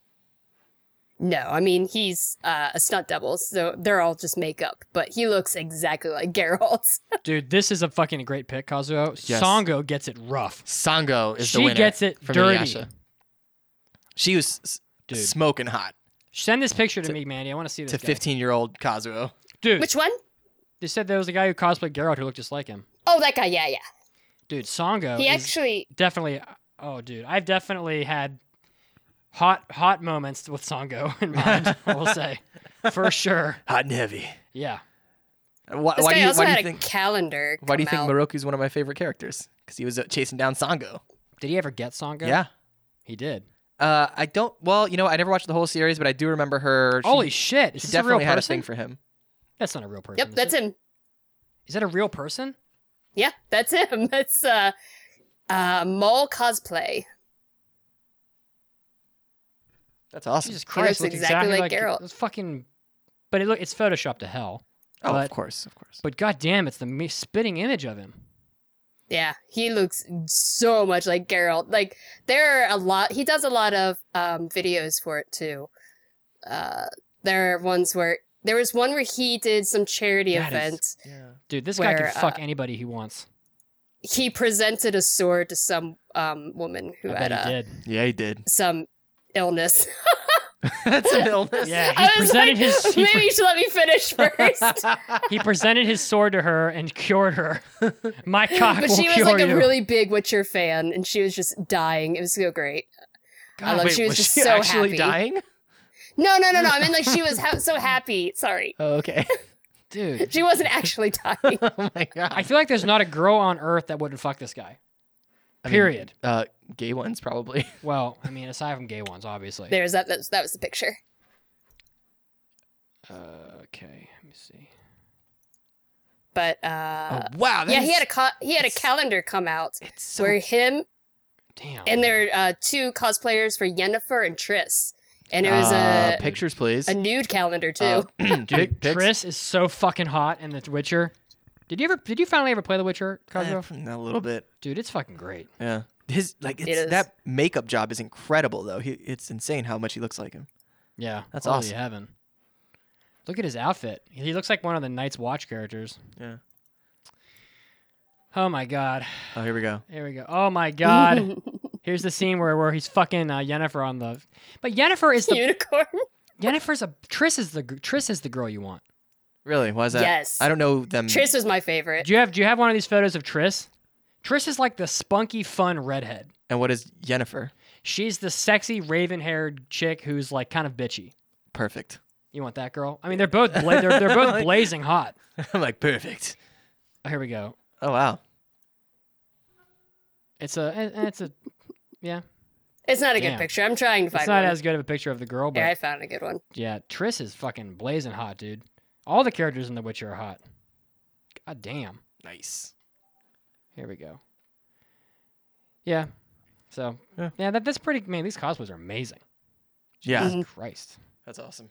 Speaker 3: no. I mean, he's uh, a stunt double, so they're all just makeup. But he looks exactly like Geralt.
Speaker 1: Dude, this is a fucking great pick, Kazuo.
Speaker 2: Yes.
Speaker 1: Songo gets it rough.
Speaker 2: Sango is
Speaker 1: she
Speaker 2: the winner.
Speaker 1: gets it
Speaker 2: from
Speaker 1: dirty.
Speaker 2: Inuyasha. She was s-
Speaker 1: Dude,
Speaker 2: smoking hot
Speaker 1: send this picture to,
Speaker 2: to-
Speaker 1: me, Mandy. I want to see this.
Speaker 2: to
Speaker 1: guy.
Speaker 2: 15 year old Kazuo.
Speaker 1: Dude,
Speaker 3: Which one?
Speaker 1: they said there was a guy who cosplayed Geralt who looked just like him.
Speaker 3: Oh, that guy. Yeah, yeah.
Speaker 1: Dude,
Speaker 2: Oh,
Speaker 1: Songo
Speaker 3: he
Speaker 1: is
Speaker 3: actually.
Speaker 1: definitely. Oh, dude, I've definitely had hot hot moments with Songo in mind. I will say, for sure.
Speaker 2: Hot and heavy.
Speaker 1: Yeah.
Speaker 2: Why,
Speaker 3: This
Speaker 2: Uh, why
Speaker 3: guy
Speaker 2: do you,
Speaker 3: also
Speaker 2: why do
Speaker 3: had
Speaker 2: you
Speaker 3: a
Speaker 2: think?
Speaker 3: calendar.
Speaker 2: Why do you
Speaker 3: come
Speaker 2: think
Speaker 3: out.
Speaker 2: Moroku's one of my favorite characters? Because he was uh, chasing down Sango.
Speaker 1: Did he ever get Songo?
Speaker 2: Yeah.
Speaker 1: he did.
Speaker 2: Uh, I don't. Well, you know, I never watched the whole series, but I do remember her. She,
Speaker 1: Holy shit! Is
Speaker 2: she
Speaker 1: this a real
Speaker 2: definitely
Speaker 1: person?
Speaker 2: had a thing for him.
Speaker 1: that's not a real person.
Speaker 3: Yep,
Speaker 1: is
Speaker 3: that's
Speaker 1: it?
Speaker 3: him.
Speaker 1: Is that a real person?
Speaker 3: Yeah, that's him. That's uh, uh, mole cosplay.
Speaker 2: That's awesome.
Speaker 1: Jesus Christ! looks
Speaker 3: looks exactly like Geralt.
Speaker 1: It's fucking. But it look it's photoshopped to hell.
Speaker 2: oh,
Speaker 1: but-
Speaker 2: of course, of course.
Speaker 1: But goddamn, it's the me- spitting image of him.
Speaker 3: Yeah, he looks so much like Geralt. Like there are a lot. He does a lot of um, videos for it too. Uh, there are ones where there was one where he did some charity
Speaker 2: That is-
Speaker 3: event.
Speaker 2: Yeah.
Speaker 1: Dude, this guy
Speaker 3: Where, uh,
Speaker 1: can fuck anybody he wants.
Speaker 3: He presented a sword to some um, woman who
Speaker 1: I
Speaker 3: had
Speaker 1: bet he
Speaker 3: uh,
Speaker 1: did.
Speaker 2: Yeah, he did.
Speaker 3: some illness.
Speaker 2: That's an illness.
Speaker 1: Yeah,
Speaker 3: I
Speaker 1: he
Speaker 3: was
Speaker 1: presented
Speaker 3: like,
Speaker 1: his he,
Speaker 3: maybe you should let me finish first.
Speaker 1: pre- he presented his sword to her and cured her. My cock
Speaker 3: but
Speaker 1: will
Speaker 3: she was
Speaker 1: cure
Speaker 3: like
Speaker 1: you.
Speaker 3: a really big Witcher fan, and she was just dying. It was so great. I love-
Speaker 2: Wait,
Speaker 3: she was just so
Speaker 2: actually
Speaker 3: happy.
Speaker 2: dying?
Speaker 3: No, no, no, no. I mean, like she was ha- so happy. Sorry,
Speaker 2: Oh, okay.
Speaker 1: Dude,
Speaker 3: she wasn't actually dying.
Speaker 2: oh my god.
Speaker 1: I feel like there's not a girl on earth that wouldn't fuck this guy.
Speaker 2: I mean,
Speaker 1: Period.
Speaker 2: uh, gay ones probably.
Speaker 1: well, I mean, aside from gay ones, obviously.
Speaker 3: There's that. That was, that was the picture.
Speaker 1: Uh, okay, let me see.
Speaker 3: But uh,
Speaker 2: oh, wow. that
Speaker 3: yeah, he
Speaker 2: is-
Speaker 3: had a co- he had a
Speaker 2: it's-
Speaker 3: calendar come out
Speaker 2: It's so.
Speaker 3: where him
Speaker 1: Damn.
Speaker 3: and there are uh, two cosplayers for Yennefer and Triss, and it was
Speaker 2: Uh,
Speaker 3: a
Speaker 2: pictures, please.
Speaker 3: a nude calendar too.
Speaker 2: Uh, pic-
Speaker 1: Dude,
Speaker 2: pics?
Speaker 1: Triss is so fucking hot in The Witcher. Did you ever? Did you finally ever play The Witcher,
Speaker 2: Eh,
Speaker 1: Cosmo?
Speaker 2: a little bit.
Speaker 1: Dude, it's fucking great.
Speaker 2: Yeah. His like it's,
Speaker 3: is.
Speaker 2: that makeup job is incredible though. He, it's insane how much he looks like him.
Speaker 1: Yeah,
Speaker 2: That's
Speaker 1: holy
Speaker 2: awesome.
Speaker 1: Heaven. Look at his outfit. He looks like one of the Night's Watch characters.
Speaker 2: Yeah.
Speaker 1: Oh my god.
Speaker 2: Oh, here we go.
Speaker 1: Here we go. Oh my god. Here's the scene where, where he's fucking uh, Yennefer on the. But Yennefer is the
Speaker 3: Unicorn.
Speaker 2: Hmm.
Speaker 1: Yennefer's a Triss is the gr- Triss is the girl you want.
Speaker 2: Really? Why is that?
Speaker 3: Yes.
Speaker 2: I don't know them.
Speaker 3: Triss was my favorite.
Speaker 1: Do you have Do you have one of these photos of Triss? Triss is like the spunky, fun redhead.
Speaker 2: And what is Jennifer?
Speaker 1: She's the sexy, raven-haired chick who's like kind of bitchy.
Speaker 2: Perfect.
Speaker 1: You want that girl? I mean, they're both bla- they're, they're both
Speaker 2: Like-
Speaker 1: blazing hot.
Speaker 2: I'm like perfect.
Speaker 1: Oh, here we go.
Speaker 2: Oh wow.
Speaker 1: It's a eh, eh, it's a
Speaker 3: It's not a good
Speaker 1: Damn.
Speaker 3: picture. I'm trying to find.
Speaker 1: it's not
Speaker 3: one.
Speaker 1: as good of a picture of the girl, but
Speaker 3: Yeah, I found a good one.
Speaker 1: Yeah, Triss is fucking blazing hot, dude. All the characters in The Witcher are hot. God damn.
Speaker 2: Nice.
Speaker 1: Here we go. Yeah. So yeah,
Speaker 2: Yeah.
Speaker 1: that, that's pretty. Man, these cosplays are amazing. Mm-hmm.
Speaker 2: Yeah.
Speaker 3: Mhm.
Speaker 1: Christ,
Speaker 2: That's awesome.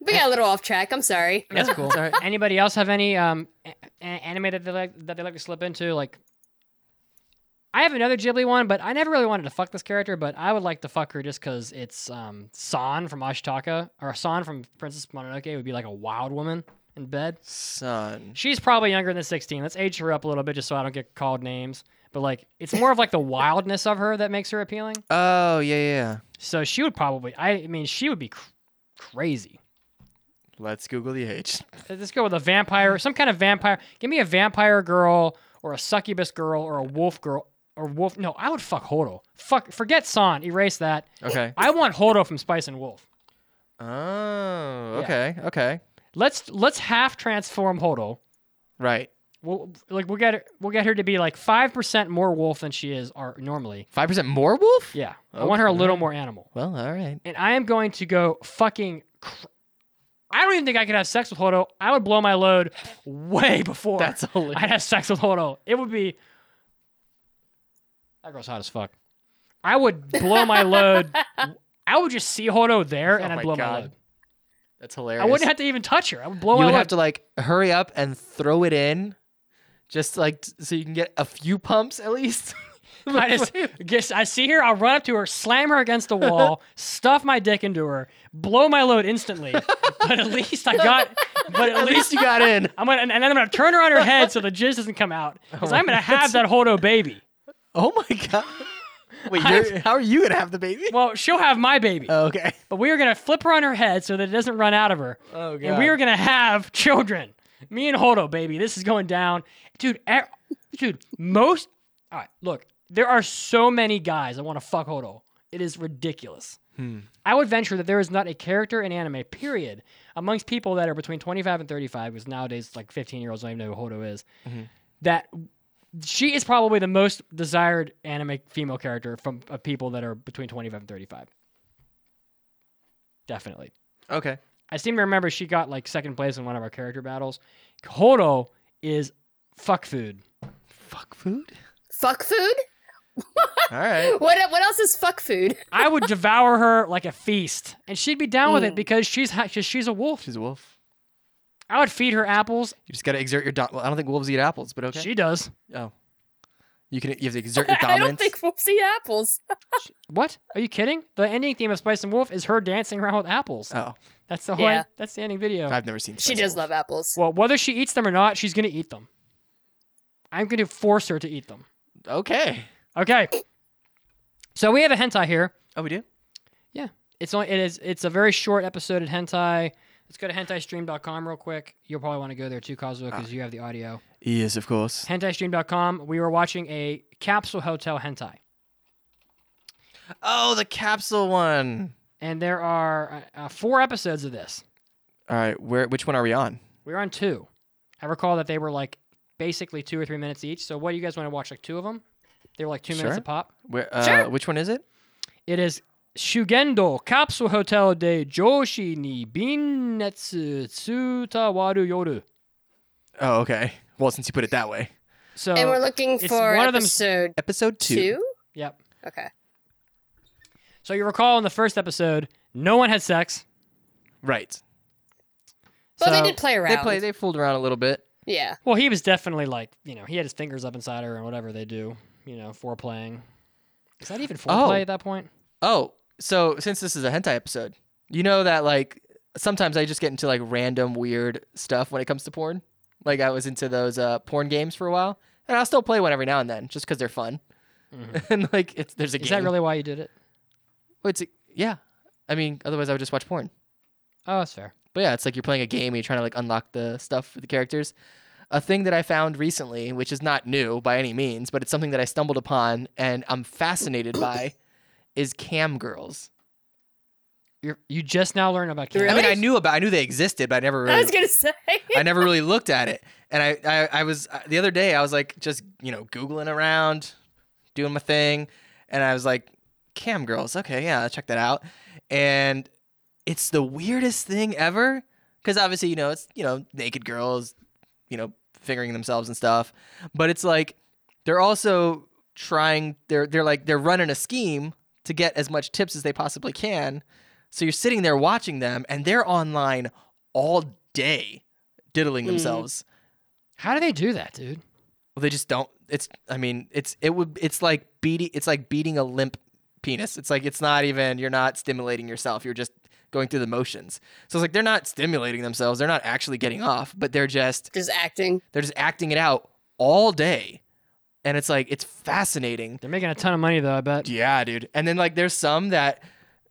Speaker 3: We got a little off track. I'm sorry.
Speaker 1: that's cool.
Speaker 2: Sorry.
Speaker 1: Anybody else have any um a- a- anime that they like that they like to slip into? Like, I have another Ghibli one, but I never really wanted to fuck this character, but I would like to fuck her just because it's um San from Ashitaka or San from Princess Mononoke would be like a wild woman in bed.
Speaker 2: Son.
Speaker 1: She's probably younger than 16. Let's age her up a little bit just so I don't get called names. But like, it's more of like the wildness of her that makes her appealing.
Speaker 2: Oh yeah yeah, yeah.
Speaker 1: So she would probably, I mean, she would be cr- crazy. Uh,
Speaker 2: Let's Google the age.
Speaker 1: Let's go with a vampire, some kind of vampire. Give me a vampire girl or a succubus girl or a wolf girl or wolf. No, I would fuck Hodo. Fuck, forget San. Erase that.
Speaker 2: Okay.
Speaker 1: I want Hodo from Spice and Wolf.
Speaker 2: Oh. Okay. Okay.
Speaker 1: Let's let's half transform Hodo.
Speaker 2: Right.
Speaker 1: We'll like we'll get her, we'll get her to be like five percent more wolf than she is are normally.
Speaker 2: Five percent more wolf.
Speaker 1: Yeah, I want her a
Speaker 2: Okay.
Speaker 1: little more animal.
Speaker 2: Well, all right.
Speaker 1: and I am going to go fucking. Cr- I don't even think I could have sex with Hodo. I would blow my load way before
Speaker 2: That's only.
Speaker 1: I'd have sex with Hodo. It would be. That girl's hot as fuck. I would blow my load I would just see Hodo there and
Speaker 2: Oh
Speaker 1: I'd
Speaker 2: my
Speaker 1: blow my
Speaker 2: God.
Speaker 1: load.
Speaker 2: That's hilarious.
Speaker 1: I wouldn't have to even touch her. I would blow
Speaker 2: you
Speaker 1: my
Speaker 2: would
Speaker 1: load.
Speaker 2: have to like hurry up and throw it in, just like t- so you can get a few pumps at least.
Speaker 1: I just guess I see her. I'll run up to her, slam her against the wall, stuff my dick into her, blow my load instantly. but at least I got. But
Speaker 2: at least you got in.
Speaker 1: I'm gonna and then I'm gonna turn her on her head so the jizz doesn't come out. Because
Speaker 2: Oh
Speaker 1: I'm gonna have that Hodo baby.
Speaker 2: Oh my god. Wait, you're, how are you gonna have the baby?
Speaker 1: Well, she'll have my baby,
Speaker 2: Oh, okay.
Speaker 1: but we are gonna flip her on her head so that it doesn't run out of her,
Speaker 2: Oh god.
Speaker 1: and we are gonna have children. Me and Hodo baby, this is going down, dude. e- dude, most. All right, look, there are so many guys that want to fuck Hodo. It is ridiculous.
Speaker 2: Hmm.
Speaker 1: I would venture that there is not a character in anime, period, amongst people that are between 25 and 35, because nowadays, like 15 year olds don't even know who Hodo is,
Speaker 2: Mhm.
Speaker 1: that she is probably the most desired anime female character from of people that are between 25 and 35. Definitely.
Speaker 2: Okay.
Speaker 1: I seem to remember she got like second place in one of our character battles. Hodo is fuck food.
Speaker 2: Fuck food.
Speaker 3: Fuck food?
Speaker 2: All right.
Speaker 3: What what else is fuck food?
Speaker 1: I would devour her like a feast, and she'd be down with it
Speaker 3: Mm.
Speaker 1: because she's ha- she's a wolf.
Speaker 2: She's a wolf.
Speaker 1: I would feed her apples.
Speaker 2: You just gotta exert your. Do- well, I don't think wolves eat apples, but okay.
Speaker 1: She does.
Speaker 2: oh. You can. You have to exert your
Speaker 3: I
Speaker 2: dominance.
Speaker 3: don't think wolves eat apples.
Speaker 1: What? Are you kidding? The ending theme of Spice and Wolf is her dancing around with apples.
Speaker 2: Oh,
Speaker 1: That's the whole.
Speaker 3: Yeah.
Speaker 1: That's the ending video.
Speaker 2: I've never seen.
Speaker 3: She
Speaker 2: Spice
Speaker 3: does
Speaker 2: Wolf.
Speaker 3: love apples.
Speaker 1: Well, whether she eats them or not, she's gonna eat them. I'm gonna force her to eat them.
Speaker 2: Okay.
Speaker 1: Okay. So we have a hentai here.
Speaker 2: Oh, we do.
Speaker 1: It's only it is it's a very short episode at hentai. Let's go to hentaistream.com real quick. You'll probably want to go there too, Kazuo, because you have the audio.
Speaker 2: Yes, of course.
Speaker 1: Hentaistream.com. We were watching a capsule hotel hentai.
Speaker 2: Oh, the capsule one.
Speaker 1: And there are uh, uh, four episodes of this.
Speaker 2: All right. Where? Which one are we on?
Speaker 1: We were on two. I recall that they were like basically two or three minutes each. So what do you guys want to watch? Like two of them? They were like two minutes
Speaker 2: Sure.
Speaker 1: a pop.
Speaker 2: Where? Uh,
Speaker 3: Sure.
Speaker 2: Which one is it?
Speaker 1: It is Shugendo Capsule Hotel de Joshi ni Binetsu Tsutawaru Yoru.
Speaker 2: Oh, okay. Well, since you put it that way.
Speaker 1: So
Speaker 3: and we're looking
Speaker 1: it's
Speaker 3: for
Speaker 1: one of them-
Speaker 3: episode
Speaker 2: Episode two.
Speaker 3: two.
Speaker 1: yep.
Speaker 3: Okay.
Speaker 1: So you recall in the first episode, no one had sex.
Speaker 2: Right.
Speaker 1: So-
Speaker 3: Well, they did play around.
Speaker 2: They play. They fooled around a little bit.
Speaker 3: Yeah.
Speaker 1: Well, he was definitely like, you know, he had his fingers up inside her and whatever they do, you know, foreplaying. Is that even foreplay
Speaker 2: Oh.
Speaker 1: at that point?
Speaker 2: Oh, so since this is a hentai episode, you know that like sometimes I just get into like random weird stuff when it comes to porn. Like I was into those uh, porn games for a while, and I'll still play one every now and then just because they're fun. and like it's there's a
Speaker 1: Is
Speaker 2: game.
Speaker 1: that really why you did it?
Speaker 2: Well, It's yeah. I mean, otherwise I would just watch porn.
Speaker 1: Oh, that's fair.
Speaker 2: But yeah, it's like you're playing a game and you're trying to like unlock the stuff for the characters. A thing that I found recently, which is not new by any means, but it's something that I stumbled upon and I'm fascinated by, is cam girls.
Speaker 1: You you just now learned about Karen.
Speaker 2: I mean,
Speaker 3: Really?
Speaker 2: I knew about, I knew they existed, but I never really,
Speaker 3: I was gonna say.
Speaker 2: I never really looked at it. And I, I, I was uh, the other day, I was like just you know googling around, doing my thing, and I was like, cam girls, okay, yeah, I'll check that out. And it's the weirdest thing ever, because obviously you know it's you know naked girls, you know fingering themselves and stuff, but it's like they're also trying they're they're like they're running a scheme to get as much tips as they possibly can so you're sitting there watching them and they're online all day diddling
Speaker 3: Mhm.
Speaker 2: themselves
Speaker 1: How do they do that, dude?
Speaker 2: well they just don't it's i mean it's it would it's like beating it's like beating a limp penis it's like it's not even you're not stimulating yourself you're just going through the motions so it's like they're not stimulating themselves they're not actually getting off but they're just
Speaker 3: Just acting.
Speaker 2: they're just acting it out all day and it's like it's fascinating
Speaker 1: They're making a ton of money though, I bet.
Speaker 2: Yeah, dude. And then like there's some that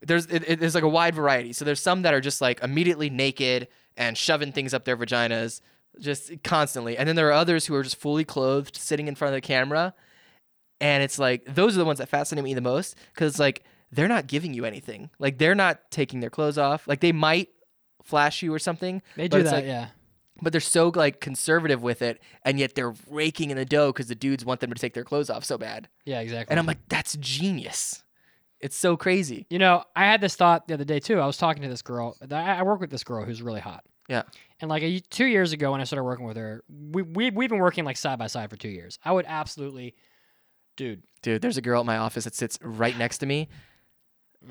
Speaker 2: there's it, it- there's like a wide variety. So there's some that are just like immediately naked and shoving things up their vaginas just constantly. And then there are others who are just fully clothed sitting in front of the camera. And it's like those are the ones that fascinate me the most cuz like they're not giving you anything. Like they're not taking their clothes off. Like they might flash you or something,
Speaker 1: They
Speaker 2: But
Speaker 1: do
Speaker 2: it's
Speaker 1: that,
Speaker 2: like-
Speaker 1: yeah.
Speaker 2: but they're so like conservative with it and yet they're raking in the dough cuz the dudes want them to take their clothes off so bad.
Speaker 1: Yeah, exactly.
Speaker 2: And I'm like, that's genius. It's so crazy.
Speaker 1: you know, I had this thought the other day too. I was talking to this girl. I, I work with this girl who's really hot.
Speaker 2: Yeah.
Speaker 1: And like a y two years ago, when I started working with her, we, we we've been working like side by side for two years. I would absolutely, dude.
Speaker 2: Dude, there's a girl at my office that sits right next to me.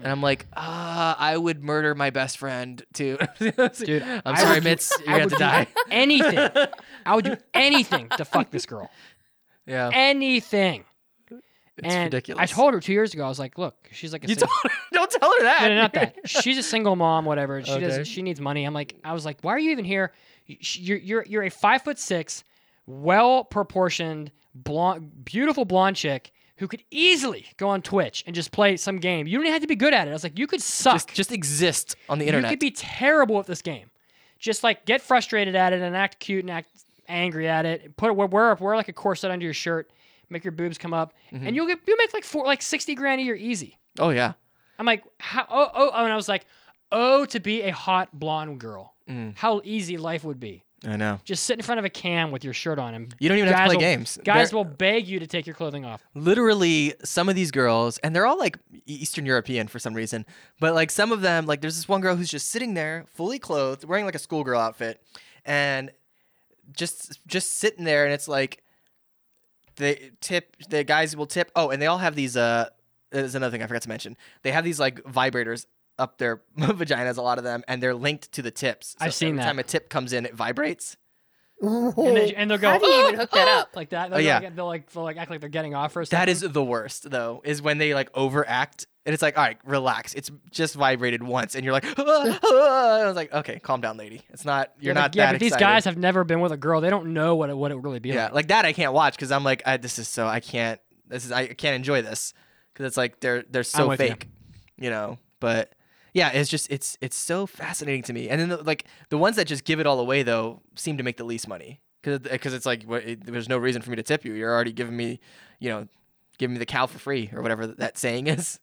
Speaker 2: And I'm like, ah, I would murder my best friend too.
Speaker 1: Dude,
Speaker 2: I'm
Speaker 1: I
Speaker 2: sorry,
Speaker 1: would-
Speaker 2: Mitz, you're
Speaker 1: I
Speaker 2: gonna have
Speaker 1: would
Speaker 2: to
Speaker 1: do
Speaker 2: die.
Speaker 1: anything. I would do anything to fuck this girl.
Speaker 2: Yeah,
Speaker 1: Anything.
Speaker 2: it's
Speaker 1: and
Speaker 2: ridiculous.
Speaker 1: I told her two years ago. I was like, "Look, she's like a
Speaker 2: you
Speaker 1: single-
Speaker 2: told her, don't tell her that.
Speaker 1: no, no, not that. She's a single mom, whatever. She
Speaker 2: Okay.
Speaker 1: doesn't. She needs money. I'm like, I was like, why are you even here? You- sh- You're you're you're a five foot six, well proportioned, blonde, beautiful blonde chick who could easily go on Twitch and just play some game. You don't even have to be good at it. I was like, you could suck.
Speaker 2: Just, just exist on the
Speaker 1: You
Speaker 2: internet.
Speaker 1: could be terrible at this game. Just like get frustrated at it and act cute and act angry at it. Put wear wear, wear like a corset under your shirt, make your boobs come up,
Speaker 2: Mm-hmm.
Speaker 1: and you'll get you'll make like four like sixty grand a year easy.
Speaker 2: oh yeah,
Speaker 1: I'm like, how? Oh, oh, oh, and I was like, oh, to be a hot blonde girl,
Speaker 2: Mm.
Speaker 1: how easy life would be.
Speaker 2: I know.
Speaker 1: Just sit in front of a can with your shirt on, and
Speaker 2: You don't even have
Speaker 1: Guys
Speaker 2: to play
Speaker 1: will-
Speaker 2: games.
Speaker 1: guys
Speaker 2: They're-
Speaker 1: will beg you to take your clothing off.
Speaker 2: literally some of these girls and they're all like eastern european for some reason but like some of them like there's this one girl who's just sitting there fully clothed wearing like a schoolgirl outfit and just just sitting there and it's like the tip the guys will tip oh and they all have these uh there's another thing i forgot to mention they have these like vibrators up their vaginas a lot of them and they're linked to the tips
Speaker 1: I've seen
Speaker 2: every
Speaker 1: that.
Speaker 2: time a tip comes in it vibrates
Speaker 1: And, they, and they'll go,
Speaker 3: How do you even
Speaker 1: "Oh,
Speaker 3: hook that
Speaker 1: oh,"
Speaker 3: up?
Speaker 1: Like that.
Speaker 2: Oh,
Speaker 1: They'll,
Speaker 2: yeah.
Speaker 1: like, they'll like they'll like act like they're getting off or something.
Speaker 2: That is the worst though, is when they like overact and it's like, all right, relax. It's just vibrated once, and you're like, "Ah, ah," and I was like, okay, calm down, lady. It's not. You're
Speaker 1: yeah,
Speaker 2: not
Speaker 1: but, yeah,
Speaker 2: that
Speaker 1: but these
Speaker 2: excited.
Speaker 1: guys have never been with a girl. They don't know what it, what it would really be
Speaker 2: yeah,
Speaker 1: like.
Speaker 2: like that I can't watch because I'm like, I, this is so I can't. This is I can't enjoy this because it's like they're they're so
Speaker 1: with you.
Speaker 2: fake, you. know. But yeah, it's just it's it's so fascinating to me. And then the, like the ones that just give it all away though seem to make the least money because because it's like what, it, there's no reason for me to tip you. You're already giving me, you know, giving me the cow for free or whatever that saying is.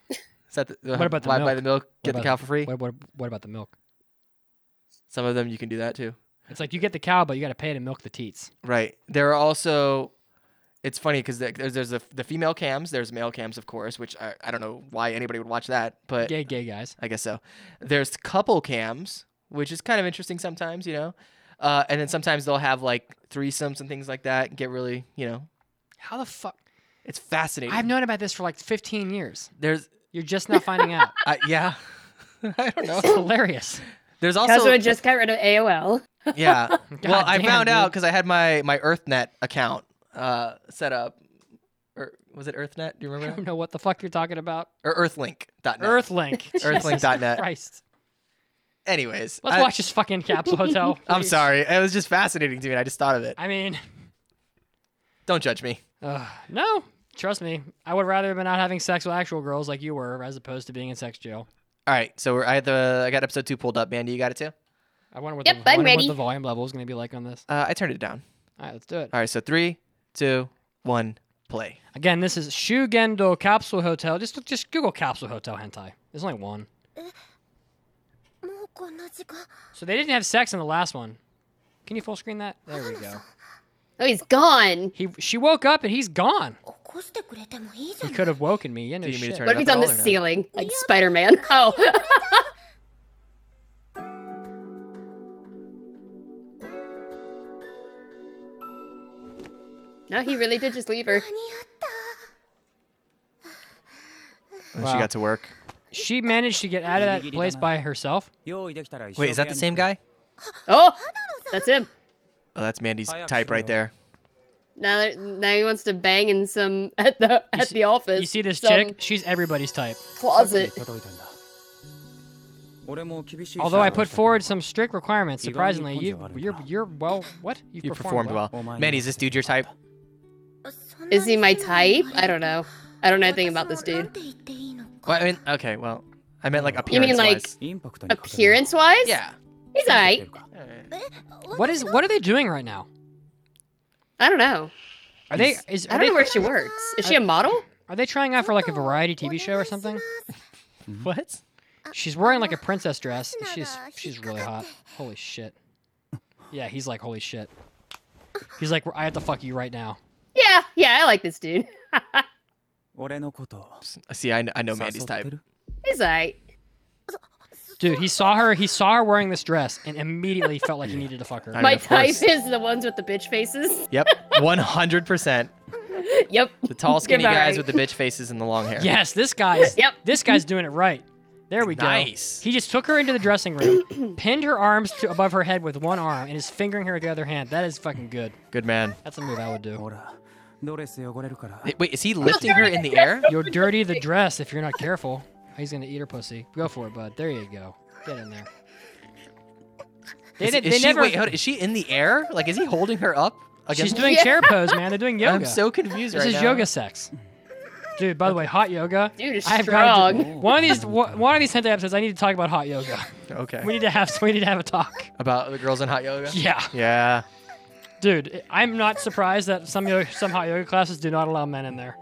Speaker 2: Is that the,
Speaker 1: What about the
Speaker 2: buy, buy
Speaker 1: milk?
Speaker 2: the milk, get the
Speaker 1: about
Speaker 2: cow for free?
Speaker 1: What, what, what about the milk?
Speaker 2: Some of them you can do that too.
Speaker 1: It's like you get the cow, but you got to pay to milk the teats.
Speaker 2: Right. There are also. It's funny because there's there's the, the female cams. There's male cams, of course, which I, I don't know why anybody would watch that, but
Speaker 1: Gay, gay guys.
Speaker 2: I guess so. There's couple cams, which is kind of interesting sometimes, you know. Uh, and then sometimes they'll have like threesomes and things like that. And get really, you know,
Speaker 1: How the fuck?
Speaker 2: it's fascinating.
Speaker 1: I've known about this for like 15 years.
Speaker 2: there's
Speaker 1: You're just now finding out.
Speaker 2: uh, yeah. I don't know.
Speaker 1: It's hilarious.
Speaker 2: There's
Speaker 3: That's why I
Speaker 2: also
Speaker 3: just got rid of AOL.
Speaker 2: yeah. well, I
Speaker 1: damn,
Speaker 2: found out
Speaker 1: dude.
Speaker 2: because I had my my EarthNet account uh, set up. Or was it EarthNet? Do you
Speaker 1: I
Speaker 2: remember?
Speaker 1: don't
Speaker 2: that?
Speaker 1: know what the fuck you're talking about.
Speaker 2: Or EarthLink.net.
Speaker 1: Earthlink.
Speaker 2: Earthlink.net.
Speaker 1: Christ.
Speaker 2: Anyways,
Speaker 1: Let's
Speaker 2: I,
Speaker 1: watch this fucking capsule hotel.
Speaker 2: I'm
Speaker 1: please.
Speaker 2: sorry. It was just fascinating to me. And I just thought of it.
Speaker 1: I mean,
Speaker 2: Don't judge me.
Speaker 1: ugh, no. Trust me, I would rather have been out having sex with actual girls like you were, as opposed to being in sex jail.
Speaker 2: All right. So we're, I had the I got episode two pulled up. Mandy, you got it too.
Speaker 1: I wonder what,
Speaker 3: Yep, I'm
Speaker 1: the, wonder what
Speaker 3: ready.
Speaker 1: the volume level is going to be like on this.
Speaker 2: Uh, I turned it down.
Speaker 1: All right, let's do it.
Speaker 2: All right. So three, two, one, play.
Speaker 1: Again, this is Shugendo Capsule Hotel. Just just Google Capsule Hotel hentai. There's only one.
Speaker 4: もうこんな時間
Speaker 1: So they didn't have sex in the last one. Can you full screen that? There we go.
Speaker 3: Oh, he's gone.
Speaker 1: He she woke up and he's gone.
Speaker 4: 起こしてくれてもいいじゃ
Speaker 1: He
Speaker 4: ん
Speaker 1: could have woken me. Yeah, no
Speaker 2: Do you mean to
Speaker 1: shit.
Speaker 2: turn
Speaker 3: What
Speaker 2: it
Speaker 3: if he's
Speaker 2: up at
Speaker 3: on the
Speaker 2: all or no?
Speaker 3: ceiling like Spider Man? Oh, no, he really did just leave her.
Speaker 4: 間に合った
Speaker 2: And
Speaker 1: Wow.
Speaker 2: She got to work.
Speaker 1: She managed to get out of that place by herself.
Speaker 5: 用意できたら一生
Speaker 2: Wait, is that the
Speaker 5: 部屋
Speaker 2: same
Speaker 5: に来る
Speaker 2: guy?
Speaker 3: Oh, that's him.
Speaker 2: Oh, that's Mandy's type right there.
Speaker 3: Now, that- now he wants to bang in some at the at
Speaker 1: see-
Speaker 3: the office.
Speaker 1: You see this
Speaker 3: some
Speaker 1: chick? She's everybody's type.
Speaker 3: closet.
Speaker 5: 届いたんだ俺も厳しい
Speaker 1: Although I put forward some strict requirements,
Speaker 5: You don't
Speaker 1: surprisingly,
Speaker 5: need
Speaker 1: you
Speaker 5: Punjabi.
Speaker 1: you're you're well. What
Speaker 2: You performed well.
Speaker 5: well. Oh my
Speaker 2: Mandy, is this dude your type?
Speaker 4: そんな
Speaker 3: Is he my type? I don't know. I don't know anything about this
Speaker 4: 私もなん
Speaker 3: dude.
Speaker 4: て言っていいのか
Speaker 2: Well, I mean, okay. Well, I meant like
Speaker 5: You
Speaker 2: appearance.
Speaker 3: mean, like-
Speaker 5: インパクトに欠けるな
Speaker 3: Appearance wise,
Speaker 2: Yeah.
Speaker 3: he's alright.
Speaker 1: What is what are they doing right now?
Speaker 3: I don't know.
Speaker 1: Are they is
Speaker 3: I
Speaker 1: are
Speaker 3: don't
Speaker 1: they,
Speaker 3: know where she works. Is she a model?
Speaker 1: are they trying out for like a variety TV show or something?
Speaker 2: What?
Speaker 1: She's wearing like a princess dress. She's she's really hot. Holy shit. Yeah, he's like holy shit. He's like I have to fuck you right now.
Speaker 3: Yeah, yeah, I like this dude.
Speaker 5: 俺のこと
Speaker 2: Uh, See, I, kn- I know
Speaker 5: 誘
Speaker 2: Mandy's
Speaker 5: っ
Speaker 2: type.
Speaker 5: てる
Speaker 3: He's alright.
Speaker 1: Dude, he saw her. He saw her wearing this dress and immediately felt like he needed to fuck her.
Speaker 2: I mean,
Speaker 3: My
Speaker 2: of course.
Speaker 3: type is the ones with the bitch faces.
Speaker 2: Yep, 100%.
Speaker 3: yep.
Speaker 2: The tall, skinny
Speaker 3: Goodbye.
Speaker 2: guys with the bitch faces and the long hair.
Speaker 1: Yes, this guy's
Speaker 3: Yep.
Speaker 1: this guy's doing it right. There we go.
Speaker 2: Nice.
Speaker 1: He just took her into the dressing room, pinned her arms to above her head with one arm, and is fingering her with the other hand. That is fucking good.
Speaker 2: Good man.
Speaker 1: That's a move I would do.
Speaker 5: ほらドレス汚れるから
Speaker 2: Wait, is he lifting her in the air?
Speaker 1: You'll dirty the dress if you're not careful. He's gonna eat her pussy. Go for it, bud. There you go. Get in there. They,
Speaker 2: Is,
Speaker 1: did-
Speaker 2: is
Speaker 1: they
Speaker 2: she,
Speaker 1: never.
Speaker 2: wait, hold on, is she in the air? Like, is he holding her up? Against
Speaker 1: she's doing
Speaker 3: Yeah.
Speaker 1: chair pose, man. They're doing yoga.
Speaker 2: I'm so confused
Speaker 1: This
Speaker 2: right
Speaker 1: is
Speaker 2: now.
Speaker 1: yoga sex. Dude, by the way, hot yoga.
Speaker 3: Dude is
Speaker 1: I have gotta do-
Speaker 5: strong.
Speaker 1: one of these one one of these hentai episodes, I need to talk about hot yoga.
Speaker 2: Okay.
Speaker 1: We need to have we need to have a talk.
Speaker 2: About the girls in hot yoga.
Speaker 1: Yeah,
Speaker 2: Yeah.
Speaker 1: dude, I'm not surprised that some yoga, some hot yoga classes do not allow men in there.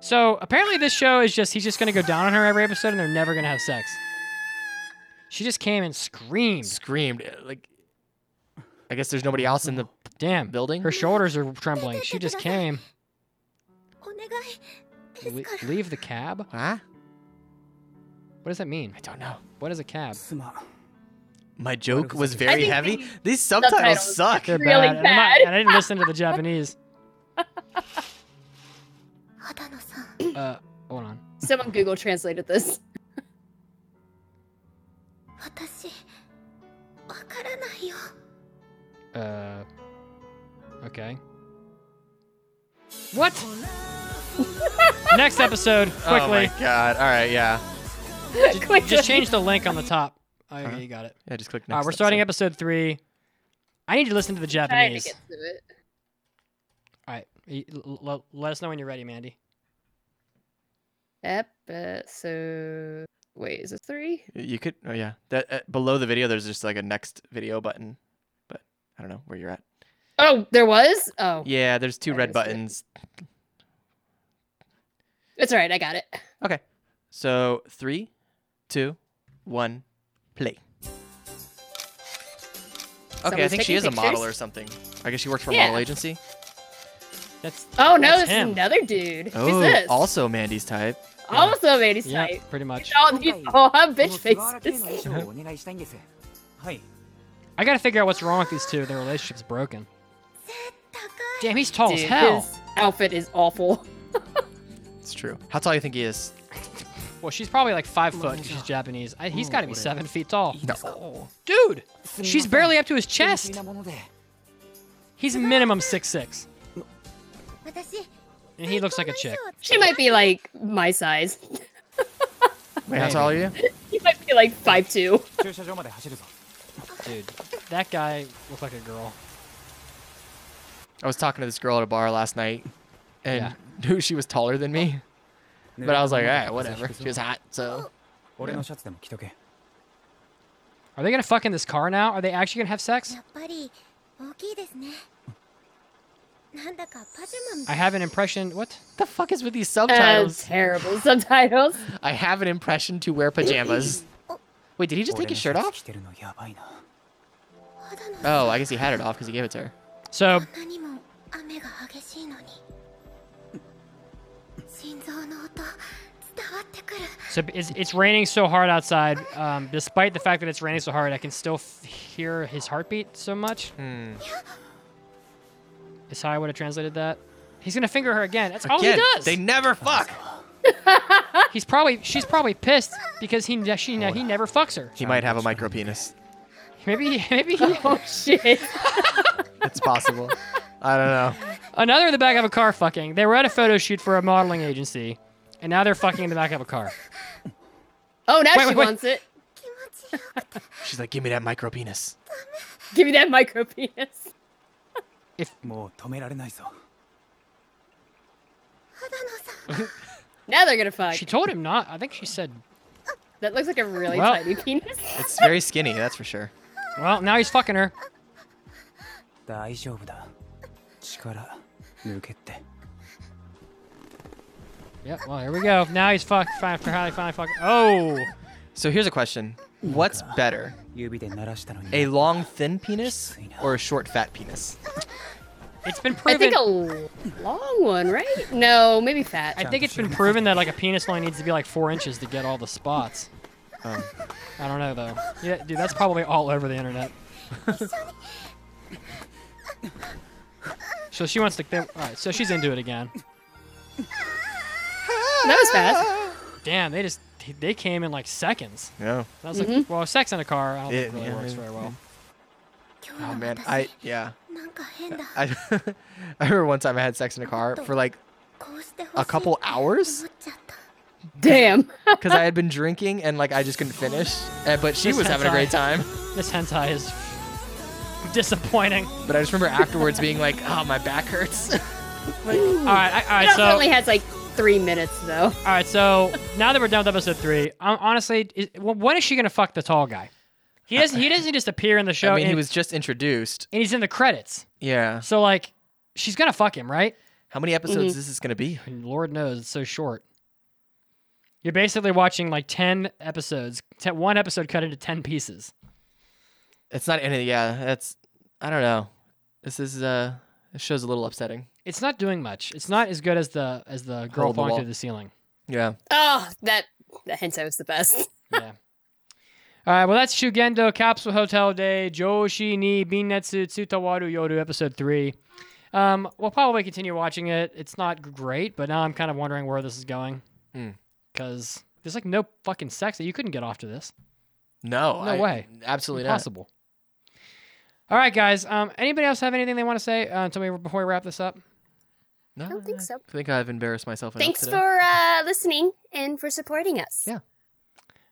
Speaker 1: So apparently, this show is just he's just gonna go down on her every episode, and they're never gonna have sex. She just came and screamed.
Speaker 2: Screamed like. I guess there's nobody else in the.
Speaker 1: Damn,
Speaker 2: Building?
Speaker 1: Her shoulders are trembling. She just came.
Speaker 4: お願いで
Speaker 1: Le-
Speaker 4: すから
Speaker 1: leave the cab.
Speaker 2: Huh?
Speaker 1: What does that mean?
Speaker 2: I don't know.
Speaker 1: What is a cab?
Speaker 5: すまん
Speaker 2: My joke was
Speaker 5: I
Speaker 2: very
Speaker 3: think
Speaker 2: heavy.
Speaker 3: the
Speaker 2: These subtitles
Speaker 3: subtitles-
Speaker 2: suck.
Speaker 1: They're
Speaker 3: Really
Speaker 1: bad. And, I'm not-
Speaker 3: bad.
Speaker 1: and I didn't listen to the Japanese.
Speaker 4: 畑野さん
Speaker 1: Uh, hold on.
Speaker 3: Someone Google translated this.
Speaker 4: 私わからないよ
Speaker 1: Uh, okay. What? Next episode,
Speaker 2: Oh my
Speaker 1: quickly.
Speaker 2: god. All right. Yeah.
Speaker 1: Just change the link on the top. Oh, yeah, you got it.
Speaker 2: Yeah. Just click next.
Speaker 1: All right, Uh, we're starting
Speaker 2: episode.
Speaker 1: episode three. I need to listen to the
Speaker 3: Trying to
Speaker 1: Japanese.
Speaker 3: get to it.
Speaker 1: All right, y- l- l- let us know when you're ready, Mandy.
Speaker 3: Episode. uh, Wait, is it three?
Speaker 2: You could. Oh yeah. That uh, below the video, there's just like a next video button, but I don't know where you're at.
Speaker 3: Oh, there was. Oh,
Speaker 2: Yeah. There's two
Speaker 3: I
Speaker 2: red
Speaker 3: missed it.
Speaker 2: buttons.
Speaker 3: it's all right. I got it.
Speaker 2: Okay. So three, two, one, play. Okay, I
Speaker 3: Someone's
Speaker 2: think she is
Speaker 3: taking
Speaker 2: a model
Speaker 3: pictures?
Speaker 2: or something. I guess she worked for a
Speaker 3: Yeah.
Speaker 2: model agency.
Speaker 1: That's
Speaker 3: Oh no,
Speaker 1: That's
Speaker 3: this is
Speaker 1: him.
Speaker 3: another dude. Who's
Speaker 2: Oh,
Speaker 3: this?
Speaker 2: also Mandy's type.
Speaker 3: also made his
Speaker 1: yeah,
Speaker 3: type.
Speaker 1: pretty much.
Speaker 3: Oh, these all have bitch
Speaker 5: 菅原家の
Speaker 3: faces.
Speaker 5: 衣装をお願いしたいんですはい
Speaker 1: I gotta figure out what's wrong with these two. Their relationship's broken. Damn, he's tall
Speaker 3: Dude,
Speaker 1: Oh, as hell.
Speaker 3: his outfit is awful.
Speaker 2: It's true. How tall do you think he is?
Speaker 1: Well, she's probably like five
Speaker 3: Oh,
Speaker 1: foot. 'cause She's Japanese. I,
Speaker 2: Oh,
Speaker 1: he's got to be seven feet tall.
Speaker 5: いいですか
Speaker 1: Dude,
Speaker 5: すみません
Speaker 1: she's barely up to his
Speaker 5: 純粋
Speaker 1: chest.
Speaker 5: なもので
Speaker 1: He's minimum six six,
Speaker 4: 私
Speaker 1: and he looks like a chick.
Speaker 3: She might be like my size.
Speaker 2: Wait, how tall are you?
Speaker 3: She might be like five two.
Speaker 5: 駐車場まで走るぞ
Speaker 1: Dude, that guy looks like a girl.
Speaker 2: I was talking to this girl at a bar last night, and knew she was taller than me,
Speaker 5: ね
Speaker 2: but I was like, all right, whatever. She was hot, so.
Speaker 5: 俺のシャツでも着とけ
Speaker 1: Are they gonna fuck in this car now? Are they actually gonna have sex?
Speaker 4: やっぱり大きいですねなんだかパジャマみた
Speaker 1: I
Speaker 4: い
Speaker 1: have an impression. What?
Speaker 2: What the fuck is with these
Speaker 3: Uh,
Speaker 2: subtitles?
Speaker 3: terrible subtitles.
Speaker 2: I have an impression to wear pajamas. Wait, did he just
Speaker 5: 俺
Speaker 2: take
Speaker 5: の
Speaker 2: his
Speaker 5: シ
Speaker 2: shirt
Speaker 5: ャツ
Speaker 2: off?
Speaker 5: 着てるのやばいな
Speaker 2: Oh, I guess he had it off because he gave it to her.
Speaker 1: So
Speaker 4: 何も雨が激しいのに心臓の音伝わってくる
Speaker 1: So b- it's, it's raining so hard outside. Um, despite the fact that it's raining so hard, I can still f- hear his heartbeat so much.
Speaker 2: Hmm.
Speaker 1: Is how I would have translated that. He's gonna finger her again. That's
Speaker 3: Oh,
Speaker 1: all
Speaker 2: Again,
Speaker 1: he does.
Speaker 2: They never fuck.
Speaker 1: He's probably she's probably pissed because he ne- she ne- he never fucks her.
Speaker 2: He might have a micro penis.
Speaker 1: Maybe maybe he,
Speaker 3: Oh shit.
Speaker 2: It's possible. I don't know.
Speaker 1: another in the back of a car fucking. They were at a photo shoot for a modeling agency, and now they're fucking in the back of a car.
Speaker 3: Oh, now
Speaker 1: Wait,
Speaker 3: she
Speaker 1: wait, wait.
Speaker 3: wants it.
Speaker 4: 気持ちよくて
Speaker 2: She's like, give me that micro penis.
Speaker 3: Give me that micro penis.
Speaker 5: もう止められないぞ
Speaker 4: 肌のさん
Speaker 3: Now they're gonna fuck.
Speaker 1: She told him not. I think she said.
Speaker 3: That looks like a really
Speaker 1: Well-
Speaker 3: tiny penis.
Speaker 2: It's very skinny, that's for sure.
Speaker 1: Well, now he's fucking her.
Speaker 5: 大丈夫だ力抜けって
Speaker 1: Yep. Well, here we go. Now he's fucked. Finally, finally, finally fucking. Oh.
Speaker 2: So here's a question What's better,
Speaker 5: 指で鳴らしたのに
Speaker 2: a long, thin penis or a short, fat penis?
Speaker 1: It's been
Speaker 3: I
Speaker 1: proven.
Speaker 3: think a l- long one, right? No, maybe fat.
Speaker 1: I think it's been proven that like a penis only needs to be like four inches to get all the spots. Um,
Speaker 2: Oh.
Speaker 1: I don't know though. Yeah, dude, that's probably all over the internet. So she wants to. All right. So she's into it again.
Speaker 3: That was fast.
Speaker 1: Damn, they just they came in like seconds.
Speaker 2: Yeah.
Speaker 1: I was like, well, sex in a car, I don't think
Speaker 2: It-
Speaker 1: really
Speaker 2: yeah,
Speaker 1: works
Speaker 2: yeah,
Speaker 1: very well.
Speaker 4: 今日
Speaker 2: Oh
Speaker 4: の
Speaker 2: man,
Speaker 4: 私
Speaker 2: I yeah.
Speaker 4: なんか変だ
Speaker 2: I I remember one time I had sex in a car for like
Speaker 4: こうしてほしい
Speaker 2: a couple hours
Speaker 4: 思っちゃった。
Speaker 3: Damn.
Speaker 2: because I had been drinking and like I just couldn't finish. And, but she
Speaker 1: This
Speaker 2: was having a great time.
Speaker 1: This hentai is disappointing.
Speaker 2: But I just remember afterwards being like, oh, my back hurts.
Speaker 1: All right, I- all right.
Speaker 3: It
Speaker 1: So
Speaker 3: only has like three minutes though.
Speaker 1: All right, so now that we're done with episode three, um, honestly, is, well, when is she gonna fuck the tall guy? He doesn't. He doesn't just appear in the show.
Speaker 2: I mean,
Speaker 1: and,
Speaker 2: he was just introduced.
Speaker 1: and he's in the credits.
Speaker 2: Yeah.
Speaker 1: So like, she's gonna fuck him, right?
Speaker 2: How many episodes is this gonna be?
Speaker 1: And Lord knows it's so short. You're basically watching like ten episodes, te- one episode cut into ten pieces.
Speaker 2: It's not any. Yeah, that's. I don't know. This is uh. This show's a little upsetting.
Speaker 1: It's not doing much. It's not as good as the as the girl
Speaker 2: Hole in the
Speaker 1: falling
Speaker 2: wall.
Speaker 1: through the ceiling.
Speaker 2: Yeah.
Speaker 3: Oh, that that hentai was the best.
Speaker 1: yeah. All right, well, that's Shugendo Capsule Hotel Day, Joshi ni Binetsu Tsutawaru Yoru, Episode 3. Um, we'll probably continue watching it. It's not great, but now I'm kind of wondering where this is going.
Speaker 2: Hmm.
Speaker 1: Because there's like no fucking sex that you couldn't get off to this.
Speaker 2: No.
Speaker 1: No
Speaker 2: I-
Speaker 1: way.
Speaker 2: Absolutely not.
Speaker 1: Impossible. All right, guys. Um, anybody else have anything they want to say uh, to me before we wrap this up?
Speaker 2: No, I
Speaker 3: don't think so.
Speaker 2: I think I've embarrassed myself. enough
Speaker 3: Thanks
Speaker 2: today.
Speaker 3: for uh, listening and for supporting us.
Speaker 2: Yeah.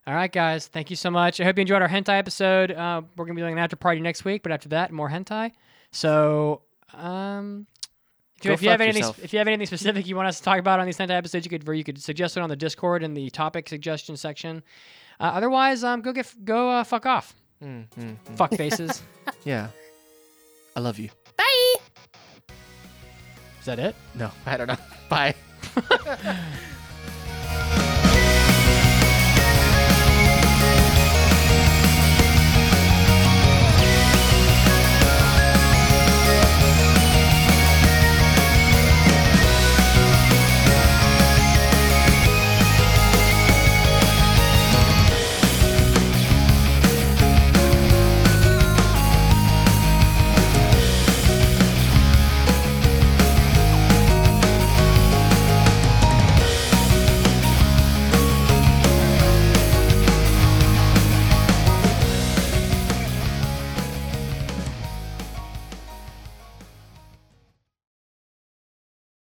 Speaker 1: All right, guys. Thank you so much. I hope you enjoyed our hentai episode. Uh, we're gonna be doing an after party next week, but after that, more hentai. So, um, if you,
Speaker 2: Go
Speaker 1: if you have
Speaker 2: fuck
Speaker 1: anything,
Speaker 2: yourself.
Speaker 1: if you have anything specific you want us to talk about on these hentai episodes, you could you could suggest it on the Discord in the topic suggestion section. Uh, otherwise, um, go get go uh, fuck off,
Speaker 2: Mm, mm, mm.
Speaker 1: fuck faces.
Speaker 2: Yeah. I love you.
Speaker 3: Bye.
Speaker 1: Is that it?
Speaker 2: No, I don't know. Bye.